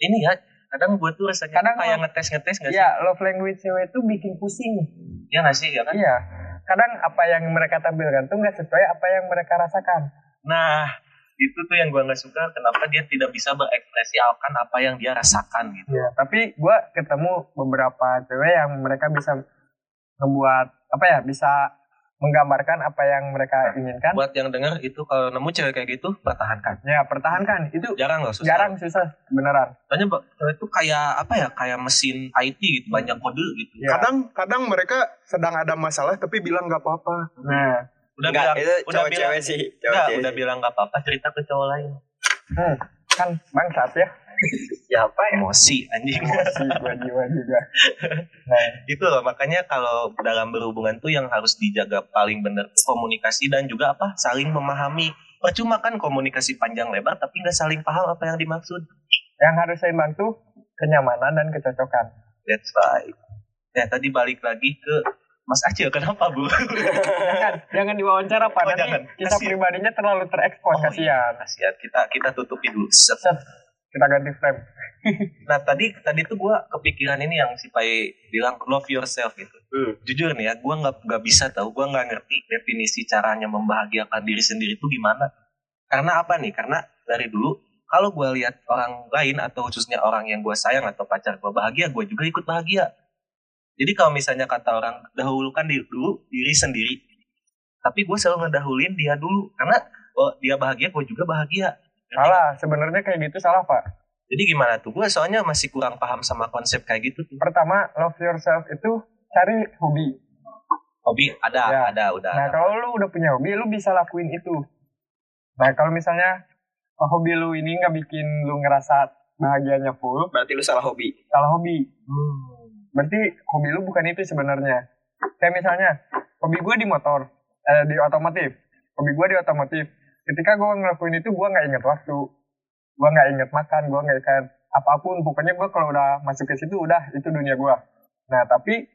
Speaker 1: ini ya kadang gua tuh rasanya
Speaker 2: Kadang
Speaker 1: tuh kayak ngetes ngetes nggak sih
Speaker 2: Iya, love language cewek itu bikin pusing.
Speaker 1: ya nggak sih ya kan
Speaker 2: Iya. Kadang apa yang mereka tampilkan tuh nggak sesuai apa yang mereka rasakan.
Speaker 1: nah itu tuh yang gua nggak suka kenapa dia tidak bisa berekspresikan apa yang dia rasakan gitu
Speaker 2: Iya. Tapi gua ketemu beberapa cewek yang mereka bisa membuat apa ya bisa menggambarkan apa yang mereka inginkan.
Speaker 1: buat yang denger itu kalau nemu cewek kayak gitu pertahankan
Speaker 2: Ya pertahankan itu
Speaker 1: jarang loh susah
Speaker 2: jarang susah beneran.
Speaker 1: Soalnya Mbak, cewek itu kayak apa ya? Kayak mesin IT gitu, banyak kode gitu.
Speaker 2: Iya.
Speaker 3: kadang kadang mereka sedang ada masalah tapi bilang nggak apa-apa
Speaker 2: Nah,
Speaker 1: Udah
Speaker 4: Enggak,
Speaker 1: bilang,
Speaker 4: itu
Speaker 1: udah
Speaker 4: cewek-cewek sih.
Speaker 1: udah,
Speaker 4: Cewek-cewek
Speaker 1: udah
Speaker 4: sih.
Speaker 1: bilang nggak apa-apa, cerita ke cowok lain.
Speaker 2: hmm, kan bangsat ya.
Speaker 4: Siapa ya?
Speaker 1: Emosi anjing.
Speaker 2: Emosi gua jiwa juga. Nah,
Speaker 1: itu gitu loh makanya kalau dalam berhubungan tuh yang harus dijaga paling bener tuh komunikasi dan juga apa? Saling memahami. Percuma kan komunikasi panjang lebar tapi nggak saling paham apa yang dimaksud.
Speaker 2: yang harus seimbang tuh kenyamanan dan kecocokan.
Speaker 1: That's right. Ya tadi balik lagi ke Mas Acil kenapa bu?
Speaker 2: Jangan, Kan, jangan diwawancara Pak.
Speaker 1: Oh,
Speaker 2: Nanti
Speaker 1: jangan.
Speaker 2: kita
Speaker 1: Kasian.
Speaker 2: pribadinya terlalu terekspos.
Speaker 1: Oh, iya.
Speaker 2: Kasihan.
Speaker 1: Kasihan kita kita tutupin dulu. Set.
Speaker 2: Set, kita ganti frame.
Speaker 1: Nah tadi tadi tuh gue kepikiran ini yang si Pai bilang love yourself gitu.
Speaker 4: Hmm.
Speaker 1: Jujur nih ya, gue nggak nggak bisa tahu, gue nggak ngerti definisi caranya membahagiakan diri sendiri itu gimana. Karena apa nih? Karena dari dulu kalau gue lihat orang lain atau khususnya orang yang gue sayang atau pacar gue bahagia, gue juga ikut bahagia. Jadi kalau misalnya kata orang dahulukan diri dulu diri sendiri, tapi gue selalu ngedahulin dia dulu karena oh, dia bahagia, gue juga bahagia. Ngerti nggak?
Speaker 2: Salah, sebenarnya kayak gitu salah Pak.
Speaker 1: Jadi gimana tuh? Gue soalnya masih kurang paham sama konsep kayak gitu. tuh.
Speaker 2: Pertama, love yourself itu cari hobi.
Speaker 1: hobi ada
Speaker 2: Ya.
Speaker 1: ada udah
Speaker 2: Nah,
Speaker 1: ada.
Speaker 2: kalau lu udah punya hobi, lu bisa lakuin itu. Nah, kalau misalnya oh, hobi lu ini nggak bikin lu ngerasa bahagianya full,
Speaker 4: Berarti lu salah hobi.
Speaker 2: salah hobi. Berarti hobi lu bukan itu sebenarnya. Kayak misalnya, hobi gue di motor, eh, di otomotif. Hobi gue di otomotif. Ketika gue ngelakuin itu, gue nggak inget waktu. Gue nggak inget makan, gue nggak inget apapun. Pokoknya gue kalau udah masuk ke situ, udah itu dunia gue. Nah, tapi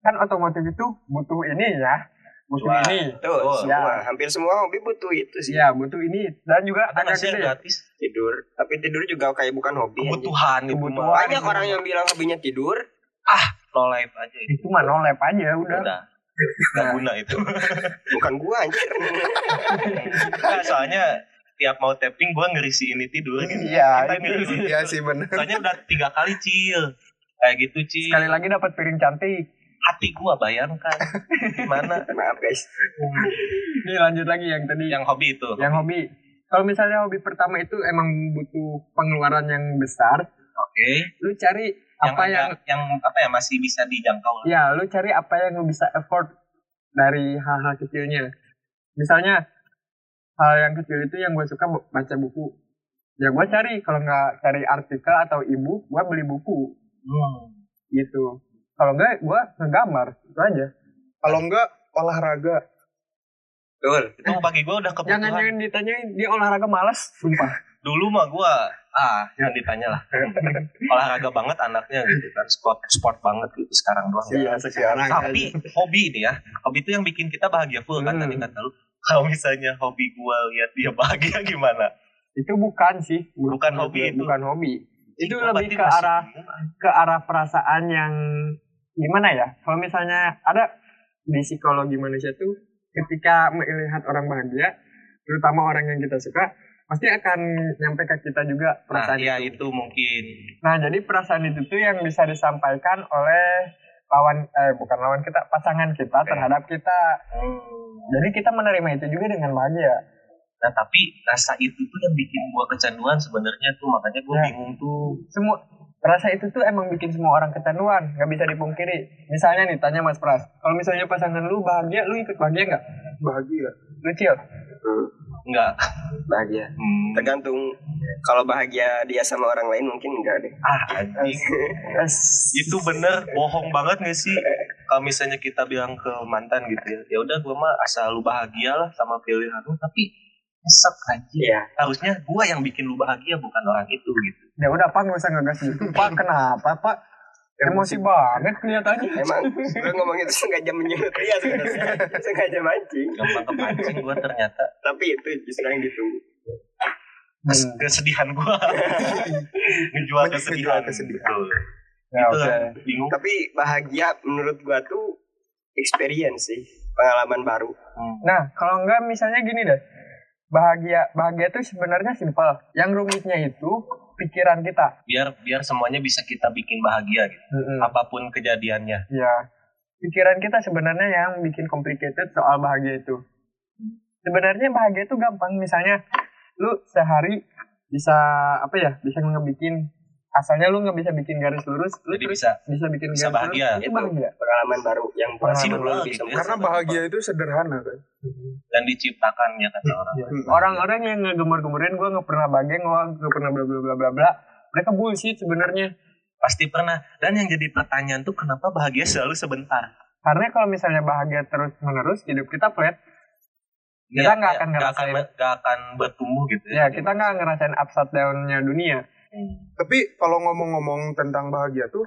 Speaker 2: kan otomotif itu butuh ini ya. Butuh
Speaker 1: Wah.
Speaker 2: ini.
Speaker 4: Tuh,
Speaker 1: Oh,
Speaker 4: semua,
Speaker 2: ya.
Speaker 4: hampir semua hobi butuh itu
Speaker 1: Ya.
Speaker 4: sih.
Speaker 2: Iya, butuh ini. Dan juga
Speaker 1: ada nggak
Speaker 2: agak
Speaker 1: sih yang
Speaker 2: gede. Iya,
Speaker 1: gratis
Speaker 4: Tidur. Tapi tidur juga kayak bukan hobi. anjing.
Speaker 1: kebutuhan itu
Speaker 2: Kebutuhan.
Speaker 1: mah.
Speaker 4: Banyak orang yang bilang hobinya tidur.
Speaker 1: no life aja itu
Speaker 2: Itu mah nolep aja, udah.
Speaker 1: udah nggak guna itu
Speaker 4: Bukan gua anjir.
Speaker 2: Iya.
Speaker 1: Nah, soalnya tiap mau tapping gue ngerisi ini tidur gitu
Speaker 2: Iya,
Speaker 1: kita
Speaker 2: itu.
Speaker 1: ngerisi
Speaker 3: Iya sih bener
Speaker 1: soalnya udah tiga kali cil kayak gitu cil
Speaker 2: Sekali lagi dapat piring cantik.
Speaker 1: hati gue bayangkan gimana
Speaker 4: Maaf guys.
Speaker 2: Ini lanjut lagi yang tadi.
Speaker 1: yang hobi itu
Speaker 2: yang hobi kalau misalnya hobi pertama itu emang butuh pengeluaran yang besar
Speaker 1: oke
Speaker 2: lu cari
Speaker 1: yang
Speaker 2: apa
Speaker 1: ada-
Speaker 2: yang
Speaker 1: yang apa ya masih bisa dijangkau lah.
Speaker 2: ya lu cari apa yang lu bisa effort dari hal-hal kecilnya misalnya hal yang kecil itu yang gue suka bu- baca buku ya gue cari kalau nggak cari artikel atau ibu gue beli buku
Speaker 1: Hmm.
Speaker 2: gitu kalau nggak gue ngegambar itu aja
Speaker 3: kalau enggak olahraga
Speaker 4: Betul.
Speaker 1: itu bagi gue udah kebutuhan
Speaker 2: Jangan jangan ditanyain dia olahraga malas, sumpah.
Speaker 1: dulu mah gue ah jangan ditanya lah olahraga banget anaknya gitu kan sport sport banget gitu sekarang doang
Speaker 3: Iya, sekarang.
Speaker 1: tapi hobi ini ya hobi itu yang bikin kita bahagia full kan tadi
Speaker 2: Hmm.
Speaker 1: kata lu kalau misalnya hobi gue lihat dia bahagia gimana
Speaker 2: Itu bukan sih,
Speaker 1: Bukan hobi itu.
Speaker 2: Bukan hobi. Itu
Speaker 1: Gua
Speaker 2: lebih
Speaker 1: berarti
Speaker 2: ke
Speaker 1: masih- Nah,
Speaker 2: arah ke arah perasaan yang gimana ya? Kalau misalnya ada di psikologi manusia tuh ketika melihat orang bahagia, terutama orang yang kita suka, pasti akan nyampe ke kita juga
Speaker 1: nah
Speaker 2: perasaan
Speaker 1: ya
Speaker 2: itu.
Speaker 1: itu mungkin
Speaker 2: Nah, jadi perasaan itu tuh yang bisa disampaikan oleh lawan eh bukan lawan kita, pasangan kita terhadap kita. Jadi kita menerima itu juga dengan bahagia.
Speaker 1: nah tapi rasa itu tuh yang bikin gue kecanduan sebenarnya tuh makanya gue
Speaker 2: Ya.
Speaker 1: bingung tuh
Speaker 2: Semua rasa itu tuh emang bikin semua orang kecanduan, nggak bisa dipungkiri. Misalnya nih tanya Mas Pras, kalau misalnya pasangan lu bahagia, lu ikut bahagia nggak?
Speaker 1: Iya,
Speaker 2: ya?
Speaker 3: bahagia
Speaker 2: Lu chill.
Speaker 1: nggak
Speaker 4: Bahagia.
Speaker 1: Hmm.
Speaker 4: Tergantung kalau bahagia dia sama orang lain mungkin enggak deh.
Speaker 1: ah anjing itu bener bohong banget gak sih kalau misalnya kita bilang ke mantan gitu ya ya udah gue mah asal lu bahagia lah sama pilihan lu tapi nyesek aja
Speaker 4: Iya.
Speaker 1: harusnya gue yang bikin lu bahagia bukan orang itu gitu
Speaker 2: Ya udah Pak nggak usah ngegas gitu. Pak kenapa Pak? Emosi banget kelihatannya.
Speaker 4: Emang gue ngomong itu sengaja menyulut dia sebenarnya. Iya, sengaja mancing.
Speaker 1: gampang kepancing gue ternyata
Speaker 4: Tapi itu justru yang gitu. ditunggu.
Speaker 1: kes-
Speaker 2: Hmm.
Speaker 1: kesedihan gue ngejual
Speaker 3: Menjual
Speaker 1: kesedihan,
Speaker 3: kesedihan.
Speaker 1: Betul.
Speaker 2: Ya,
Speaker 1: itu
Speaker 2: oke.
Speaker 1: lah, bingung
Speaker 4: Tapi bahagia menurut gua tuh experience sih, pengalaman baru.
Speaker 1: Hmm.
Speaker 2: Nah, kalau enggak misalnya gini deh. Bahagia bahagia itu sebenarnya simpel. Yang rumitnya itu pikiran kita.
Speaker 1: biar biar semuanya bisa kita bikin bahagia gitu
Speaker 2: Heeh.
Speaker 1: apapun kejadiannya
Speaker 2: Ya. Pikiran kita sebenarnya yang bikin complicated soal bahagia itu. Sebenarnya bahagia itu gampang. Misalnya lu sehari bisa apa ya? Bisa ngebikin asalnya lu nggak bisa bikin garis lurus, lu
Speaker 1: jadi
Speaker 2: terus
Speaker 1: bisa
Speaker 2: bisa bikin garis
Speaker 1: bisa
Speaker 2: lurus,
Speaker 1: bahagia Gitu.
Speaker 2: Itu bahagia.
Speaker 4: Pengalaman baru yang buat
Speaker 2: Pengalaman
Speaker 4: hidup Nah, lu
Speaker 1: baru
Speaker 4: lebih
Speaker 1: gitu ya.
Speaker 4: sempurna.
Speaker 3: karena bahagia itu sederhana kan Hmm.
Speaker 1: dan diciptakannya kata orang
Speaker 2: Orang-orang yang ngegemar-gemarin gue nggak pernah bahagia, gue nggak pernah bla bla bla bla bla. Mereka bullshit sebenarnya.
Speaker 1: pasti pernah dan yang jadi pertanyaan tuh kenapa bahagia selalu sebentar
Speaker 2: Karena kalau misalnya bahagia terus menerus hidup kita flat, Kita nggak akan
Speaker 1: Iya, nggak akan
Speaker 2: ngerasain.
Speaker 1: nggak akan bertumbuh gitu
Speaker 2: ya kita nggak ngerasain upside down-nya dunia.
Speaker 3: tapi kalau ngomong-ngomong tentang bahagia tuh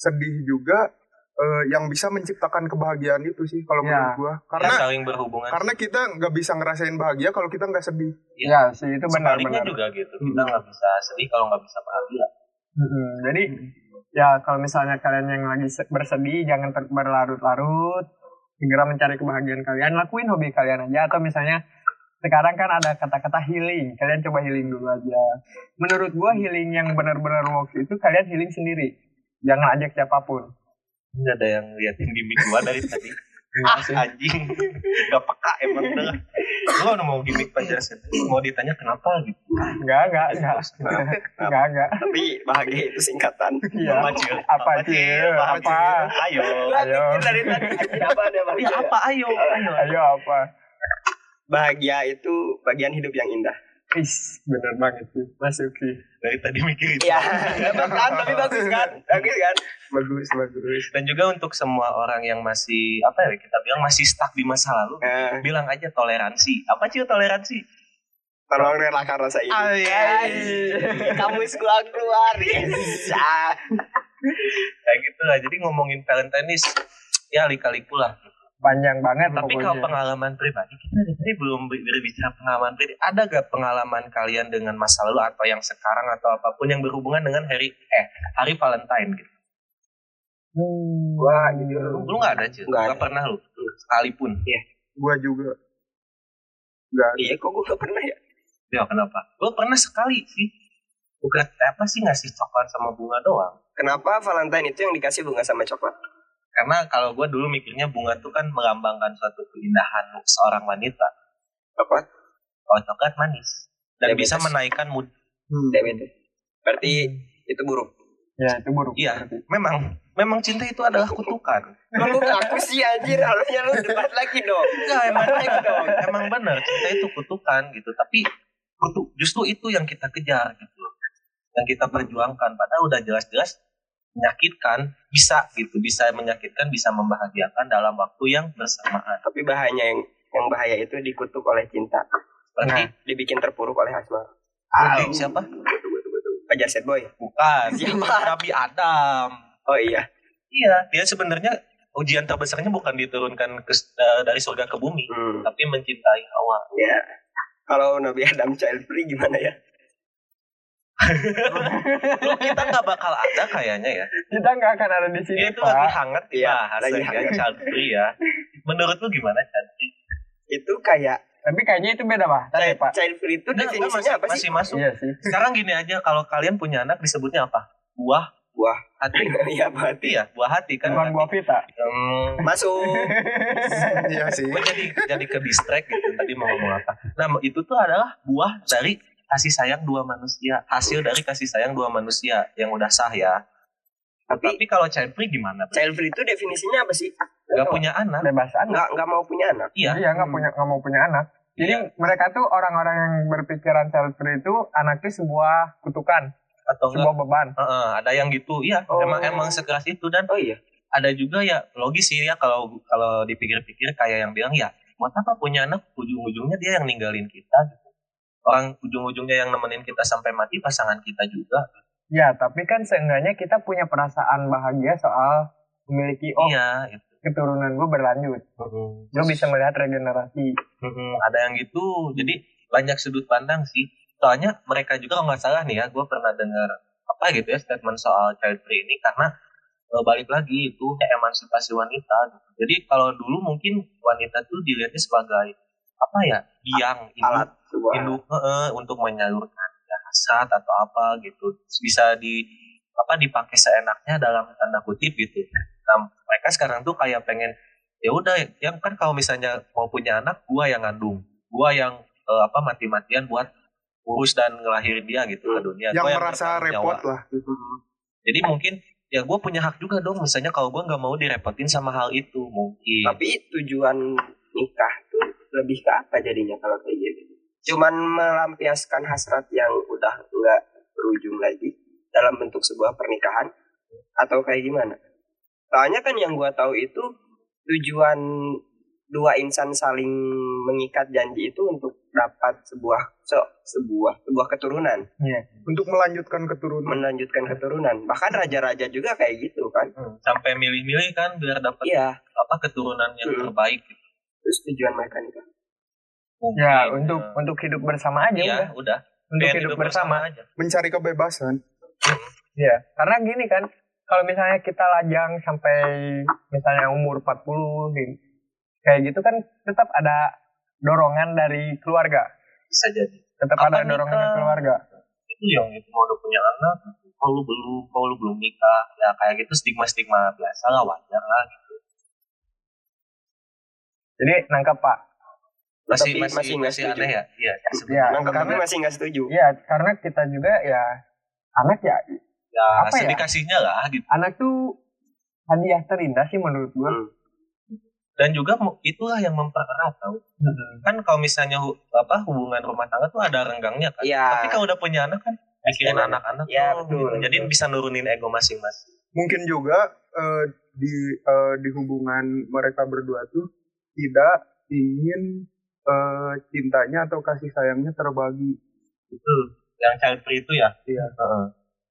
Speaker 3: sedih juga eh, yang bisa menciptakan kebahagiaan itu sih
Speaker 1: Iya.
Speaker 3: kalau
Speaker 2: Ya.
Speaker 3: menurut gua
Speaker 1: karena
Speaker 3: karena
Speaker 1: saling berhubungan
Speaker 3: karena kita nggak bisa ngerasain bahagia kalau kita nggak sedih
Speaker 2: Ya, sih itu
Speaker 1: Iya. sebaliknya
Speaker 2: benar-benar.
Speaker 1: juga gitu kita nggak bisa sedih kalau nggak bisa bahagia
Speaker 2: Mm-mm. Jadi ya kalau misalnya kalian yang lagi se- bersedih jangan ter- berlarut-larut, segera mencari kebahagiaan kalian, lakuin hobi kalian aja atau misalnya sekarang kan ada kata-kata healing, kalian coba healing dulu aja. Menurut gua healing yang benar-benar works itu kalian healing sendiri, jangan ajak siapapun.
Speaker 1: nggak ada yang liatin gimmick gua dari tadi ah anjing nggak peka emang dah gua udah mau gimmick penjelasan mau ditanya kenapa gitu
Speaker 2: Enggak, enggak, enggak, enggak, enggak.
Speaker 4: Tapi bahagia itu singkatan.
Speaker 2: Iya.
Speaker 1: Apa, Cil?
Speaker 2: Apa, Cil?
Speaker 1: Apa, Cil?
Speaker 2: Apa?
Speaker 1: ayo
Speaker 2: Ayo.
Speaker 4: Gua pikir dari tadi anjing, apa ada
Speaker 1: ya
Speaker 4: bahagia?
Speaker 1: apa ayo ayo
Speaker 2: Ayo apa?
Speaker 4: Bahagia itu bagian hidup yang indah.
Speaker 2: Is, bener banget sih. Masuk sih.
Speaker 1: dari tadi mikirin
Speaker 4: Iya, dapat kan? Tapi bagus kan? Bagus kan?
Speaker 3: bagus bagus
Speaker 1: dan juga untuk semua orang yang masih apa ya kita bilang masih stuck di masa lalu
Speaker 4: Nah,
Speaker 1: bilang aja toleransi apa sih toleransi
Speaker 4: tolong relakan rasa ini. Ay, Kamus gua keluar. Yes. Ah.
Speaker 1: kayak gitu lah jadi ngomongin Valentine ini, ya lika-liku lah
Speaker 2: Panjang banget
Speaker 4: Iya,
Speaker 1: tapi
Speaker 2: pokoknya.
Speaker 1: kalau pengalaman pribadi kita dari tadi belum ber- berbicara pengalaman pribadi ada gak pengalaman kalian dengan masa lalu atau yang sekarang atau apapun yang berhubungan dengan hari eh hari Valentine gitu
Speaker 2: Hmm.
Speaker 4: Wah, gitu.
Speaker 1: lu, lu gak ada cuy
Speaker 4: Nggak
Speaker 1: gak
Speaker 4: ada.
Speaker 1: pernah lu sekalipun
Speaker 3: gua juga nggak
Speaker 4: Iya, kok gua gak pernah ya?
Speaker 1: ya kenapa gue pernah sekali sih bukan eh, apa sih ngasih coklat sama bunga doang
Speaker 4: Kenapa Valentine itu yang dikasih bunga sama coklat?
Speaker 1: karena kalau gue dulu mikirnya bunga tuh kan melambangkan suatu keindahan seorang wanita
Speaker 4: Apa?
Speaker 1: kalau coklat manis dan bisa
Speaker 4: Diabetes.
Speaker 1: menaikkan mood
Speaker 4: Diabetes. Berarti itu buruk.
Speaker 2: Ya, itu buruk.
Speaker 1: iya memang memang cinta itu adalah kutukan
Speaker 4: Kok lu ngaku sih anjir? Harusnya lu debat lagi dong.
Speaker 1: enggak emang dong emang benar cinta itu kutukan gitu tapi kutu- justru itu yang kita kejar gitu loh. yang kita perjuangkan padahal udah jelas-jelas menyakitkan bisa gitu bisa menyakitkan bisa membahagiakan dalam waktu yang bersamaan
Speaker 4: Tapi bahannya yang yang bahaya itu dikutuk oleh cinta
Speaker 1: Berarti
Speaker 4: dibikin terpuruk oleh asmara
Speaker 1: Berarti siapa?
Speaker 4: Ajar set boy
Speaker 1: Bukan.
Speaker 4: Siapa?
Speaker 1: Nabi Adam.
Speaker 4: oh iya
Speaker 1: Iya. Dia sebenarnya ujian terbesarnya bukan diturunkan ke, eh, dari surga ke bumi,
Speaker 4: hmm.
Speaker 1: tapi mencintai Hawa.
Speaker 4: ya kalau Nabi Adam child free gimana ya
Speaker 1: Lu kita nggak bakal ada kayaknya ya.
Speaker 2: Kita nggak akan ada di sini,
Speaker 1: Ini tuh lagi
Speaker 2: Pak.
Speaker 1: hangat
Speaker 4: Iya,
Speaker 1: ya,
Speaker 4: lagi
Speaker 1: lagi
Speaker 4: hangat.
Speaker 1: child free ya. Menurut lu gimana Chan?
Speaker 4: itu kayak
Speaker 2: Tapi kayaknya itu beda, Pak. Tadi,
Speaker 4: child,
Speaker 2: ya, Pak.
Speaker 4: child free itu
Speaker 1: Udah, gua
Speaker 4: definisinya
Speaker 1: masih,
Speaker 4: apa sih
Speaker 1: masih masuk.
Speaker 2: Iya sih.
Speaker 1: Sekarang gini aja, kalau kalian punya anak disebutnya apa? Buah.
Speaker 4: Buah.
Speaker 1: Hati.
Speaker 4: Iya berarti
Speaker 1: Iya, buah hati kan.
Speaker 2: Bukan buah pita.
Speaker 1: Hmm,
Speaker 4: masuk
Speaker 3: Iya sih.
Speaker 1: gue jadi jadi ke distract gitu tadi mau ngomong apa nah itu tuh adalah buah dari kasih sayang dua manusia hasil dari kasih sayang dua manusia yang udah sah ya tapi,
Speaker 4: tapi
Speaker 1: kalau child free gimana Bro?
Speaker 4: child free itu definisinya apa sih
Speaker 1: nggak punya anak
Speaker 2: Bebas anak.
Speaker 4: nggak nggak mau punya anak
Speaker 1: iya
Speaker 2: Iya, nggak punya nggak mau punya anak. Jadi mereka tuh orang-orang yang berpikiran child free itu anaknya sebuah kutukan,
Speaker 1: atau enggak
Speaker 2: sebuah beban.
Speaker 1: Heeh, ada yang gitu iya
Speaker 4: Oh.
Speaker 1: emang emang sekeras itu dan
Speaker 4: oh iya
Speaker 1: ada juga ya logis sih ya kalau kalau dipikir-pikir kayak yang bilang ya buat apa punya anak ujung-ujungnya dia yang ninggalin kita gitu orang ujung-ujungnya yang nemenin kita sampai mati pasangan kita juga
Speaker 2: Ya, tapi kan seenggaknya kita punya perasaan bahagia soal memiliki oh
Speaker 1: iya itu
Speaker 2: keturunan gue berlanjut. Gue bisa melihat regenerasi.
Speaker 1: Mm-mm, ada yang gitu jadi banyak sudut pandang sih soalnya mereka juga kalau nggak salah nih ya gue pernah dengar apa gitu ya statement soal child free ini karena eh, balik lagi itu emansipasi wanita gitu. jadi kalau dulu mungkin wanita tuh dilihatnya sebagai apa ya biang induk,
Speaker 4: alat sebuah
Speaker 1: induk eh, untuk menyalurkan hasrat atau apa gitu bisa di apa dipakai seenaknya dalam tanda kutip gitu nah mereka sekarang tuh kayak pengen ya udah yang kan kalau misalnya mau punya anak gua yang ngandung gua yang eh, apa mati-matian buat urus dan ngelahirin dia gitu ke dunia
Speaker 3: Yang
Speaker 1: Gua
Speaker 3: merasa
Speaker 1: bertanggung
Speaker 3: repot
Speaker 1: jawab.
Speaker 3: lah.
Speaker 1: Mhm. jadi mungkin ya gua punya hak juga dong misalnya kalau gua nggak mau direpotin sama hal itu mungkin
Speaker 4: tapi tujuan nikah tuh lebih ke apa jadinya kalau kayak gitu cuman melampiaskan hasrat yang udah nggak berujung lagi dalam bentuk sebuah pernikahan atau kayak gimana soalnya kan yang gua tahu itu tujuan dua insan saling mengikat janji itu untuk dapat sebuah so, sebuah sebuah keturunan
Speaker 3: Untuk melanjutkan keturunan.
Speaker 4: melanjutkan keturunan bahkan raja-raja juga kayak gitu kan
Speaker 1: Hmm, sampai milih-milih kan biar dapat
Speaker 4: iya
Speaker 1: apa keturunan yang
Speaker 4: Mhm.
Speaker 1: terbaik gitu.
Speaker 4: terus tujuan mereka nikah
Speaker 1: Mungkin,
Speaker 2: Ya, untuk
Speaker 1: eh,
Speaker 2: untuk hidup bersama aja udah.
Speaker 1: ya udah
Speaker 2: Untuk
Speaker 1: Biar
Speaker 2: hidup, bersama.
Speaker 1: aja
Speaker 3: Mencari kebebasan.
Speaker 2: Iya, karena gini kan, kalau misalnya kita lajang sampai misalnya umur 40 gitu, kayak gitu kan tetap ada dorongan dari keluarga,
Speaker 1: bisa jadi
Speaker 2: tetap
Speaker 1: Kapan
Speaker 2: ada dorongan dari
Speaker 1: nikah?
Speaker 2: keluarga.
Speaker 1: itu yang itu mau udah punya anak kalau lu belum kalau lu belum nikah ya kayak gitu stigma stigma biasa lah wajar lah gitu.
Speaker 2: Jadi nangkap Pak.
Speaker 1: masih
Speaker 4: Tapi
Speaker 1: masih masih,
Speaker 4: masih nggak setuju.
Speaker 1: aneh ya iya ya,
Speaker 2: Iya,
Speaker 1: sebenarnya.
Speaker 4: nah kami
Speaker 2: karena-
Speaker 4: masih nggak setuju
Speaker 2: Iya, karena kita juga ya anak ya,
Speaker 1: ya,
Speaker 2: Apa ya?
Speaker 1: sedikasihnya lah gitu
Speaker 2: anak tuh hadiah terindah sih menurut gua.
Speaker 4: Hmm.
Speaker 1: dan juga mu- itulah yang mempererat tau kan kalau misalnya hu- apa hubungan rumah tangga tuh ada renggangnya kan
Speaker 4: Iya.
Speaker 1: tapi kalau udah punya anak kan mikirin
Speaker 4: Iya.
Speaker 1: anak-anak
Speaker 4: Iya,
Speaker 1: dong,
Speaker 4: betul,
Speaker 1: gitu. jadi
Speaker 4: betul.
Speaker 1: bisa nurunin ego masing-masing
Speaker 3: Mungkin juga eh, di eh, di hubungan mereka berdua tuh tidak ingin eh, cintanya atau kasih sayangnya terbagi.
Speaker 1: itu yang child free itu ya
Speaker 3: Iya.
Speaker 1: Heeh.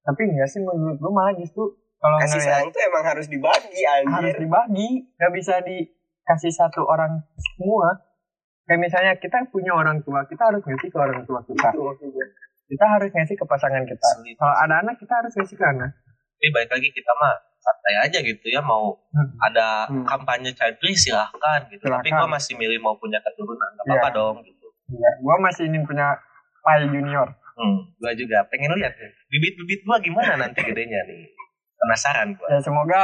Speaker 2: Tapi enggak sih menurut gua malah justru kalau
Speaker 4: kasih
Speaker 2: ngeliat-
Speaker 4: sayang tuh emang harus dibagi
Speaker 2: harus
Speaker 4: anjir
Speaker 2: dibagi nggak bisa dikasih satu orang semua kayak misalnya kita punya orang tua kita harus ngasih ke orang tua kita
Speaker 4: Itu maksudnya.
Speaker 2: kita harus ngasih ke pasangan kita
Speaker 1: Sulit.
Speaker 2: kalau ada anak kita harus ngasih ke anak
Speaker 1: tapi balik lagi kita mah santai aja gitu ya mau
Speaker 2: Hmm.
Speaker 1: ada
Speaker 3: Hmm.
Speaker 1: kampanye child free silahkan gitu tapi
Speaker 2: Silahkan.
Speaker 1: gua masih milih mau punya keturunan gak apa-apa
Speaker 2: Iya.
Speaker 1: dong gitu
Speaker 2: Iya, gua masih ingin punya pai junior
Speaker 1: Hmm, gua juga pengen lihat nih. bibit-bibit gua gimana nanti gedenya nih. Penasaran gua.
Speaker 2: ya semoga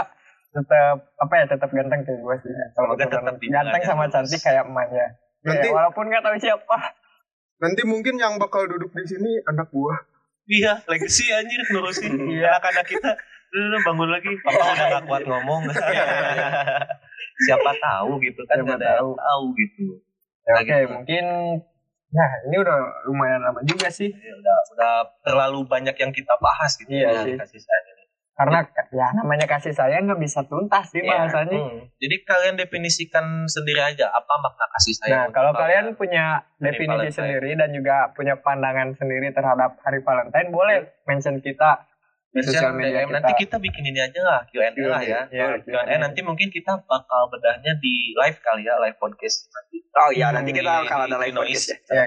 Speaker 2: tetap apa ya tetap ganteng kayak gue sih kalau
Speaker 1: Semoga tetap
Speaker 2: keturunan.
Speaker 1: di
Speaker 2: ganteng
Speaker 1: jalan
Speaker 2: sama
Speaker 1: yang
Speaker 2: cantik
Speaker 1: lurus.
Speaker 2: kayak emaknya Iya,
Speaker 3: Nanti-
Speaker 2: walaupun nggak tahu siapa
Speaker 3: Nanti mungkin yang bakal duduk di sini anak gua.
Speaker 1: Iya, legacy anjir nerusin
Speaker 2: Iya.
Speaker 1: anak-anak kita. Lu, lu bangun lagi. Papa udah gak kuat ngomong. Siapa tahu gitu kan
Speaker 2: Iya, Siapa
Speaker 1: gak ada yang
Speaker 2: tahu.
Speaker 1: tahu gitu.
Speaker 2: Ya,
Speaker 1: Nah,
Speaker 2: oke
Speaker 1: gitu.
Speaker 2: mungkin ya ini udah lumayan lama juga sih
Speaker 1: Ya, udah udah terlalu banyak yang kita bahas gitu
Speaker 2: Iya
Speaker 1: ya,
Speaker 2: sih.
Speaker 1: kasih sayang ini.
Speaker 2: karena ya namanya kasih sayang nggak bisa tuntas sih
Speaker 1: Iya.
Speaker 2: bahasanya
Speaker 1: Jadi kalian definisikan sendiri aja apa makna kasih sayang.
Speaker 2: Nah,
Speaker 1: untuk
Speaker 2: kalau kalian punya
Speaker 1: Hari
Speaker 2: definisi
Speaker 1: Valentine.
Speaker 2: sendiri dan juga punya pandangan sendiri terhadap Hari Valentine,
Speaker 1: Iya.
Speaker 2: boleh mention kita di
Speaker 1: Mention
Speaker 2: sosial media
Speaker 1: DM.
Speaker 2: kita.
Speaker 1: nanti kita bikin ini aja lah Q&A lah ya.
Speaker 2: Iya,
Speaker 1: Q&A
Speaker 2: Q&A.
Speaker 1: nanti mungkin kita bakal bedahnya di live kali ya, live podcast nanti.
Speaker 2: Hmm,
Speaker 4: Oh iya, nanti
Speaker 1: Di-
Speaker 4: kita
Speaker 1: di-
Speaker 4: kalau ada
Speaker 1: di
Speaker 4: live
Speaker 1: noise.
Speaker 4: podcast
Speaker 2: Ya,
Speaker 4: ya.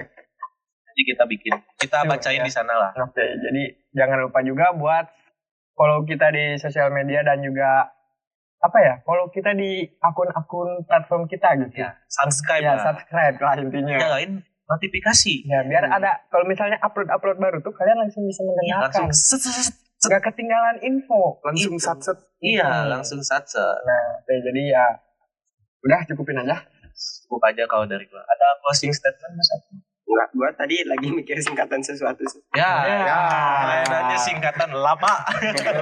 Speaker 1: Nanti kita bikin, kita
Speaker 2: Yuk,
Speaker 1: bacain
Speaker 2: ya.
Speaker 1: di sana lah.
Speaker 2: Oke, jadi jangan lupa juga buat follow kita di sosial media dan juga apa ya, follow kita di akun-akun platform kita gitu.
Speaker 1: Ya, subscribe
Speaker 2: Ya,
Speaker 1: lah. Iya.
Speaker 2: subscribe lah intinya.
Speaker 1: Nyalain notifikasi.
Speaker 2: Ya, biar ada kalau misalnya upload-upload baru tuh kalian langsung bisa
Speaker 1: Hmm. Iya,
Speaker 2: mendengarkan.
Speaker 1: langsung set, set, set.
Speaker 2: Nggak ketinggalan info.
Speaker 3: langsung
Speaker 1: Gitu.
Speaker 3: satset
Speaker 1: Iya, langsung satset.
Speaker 2: Oke, jadi ya udah cukupin aja.
Speaker 1: Cukup aja kalau dari gua. Ada closing statement Mas?
Speaker 2: Iya.
Speaker 1: Adi?
Speaker 4: Enggak, gua tadi lagi mikir singkatan sesuatu sih.
Speaker 1: Ya.
Speaker 2: Ya.
Speaker 1: Kalian aja singkatan lama.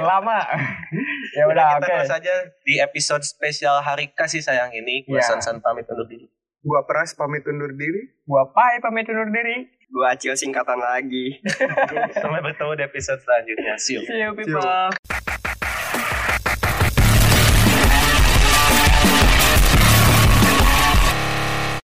Speaker 2: lama. ya udah
Speaker 1: kita
Speaker 2: oke.
Speaker 1: close aja di episode spesial hari kasih sayang ini. Gua
Speaker 2: Iya.
Speaker 1: Sansan pamit undur diri.
Speaker 3: gua peras pamit undur diri
Speaker 2: Gua Pai pamit undur diri.
Speaker 4: Gua acil singkatan lagi.
Speaker 1: Sampai bertemu di episode selanjutnya. See you.
Speaker 2: See you
Speaker 3: people.
Speaker 2: people.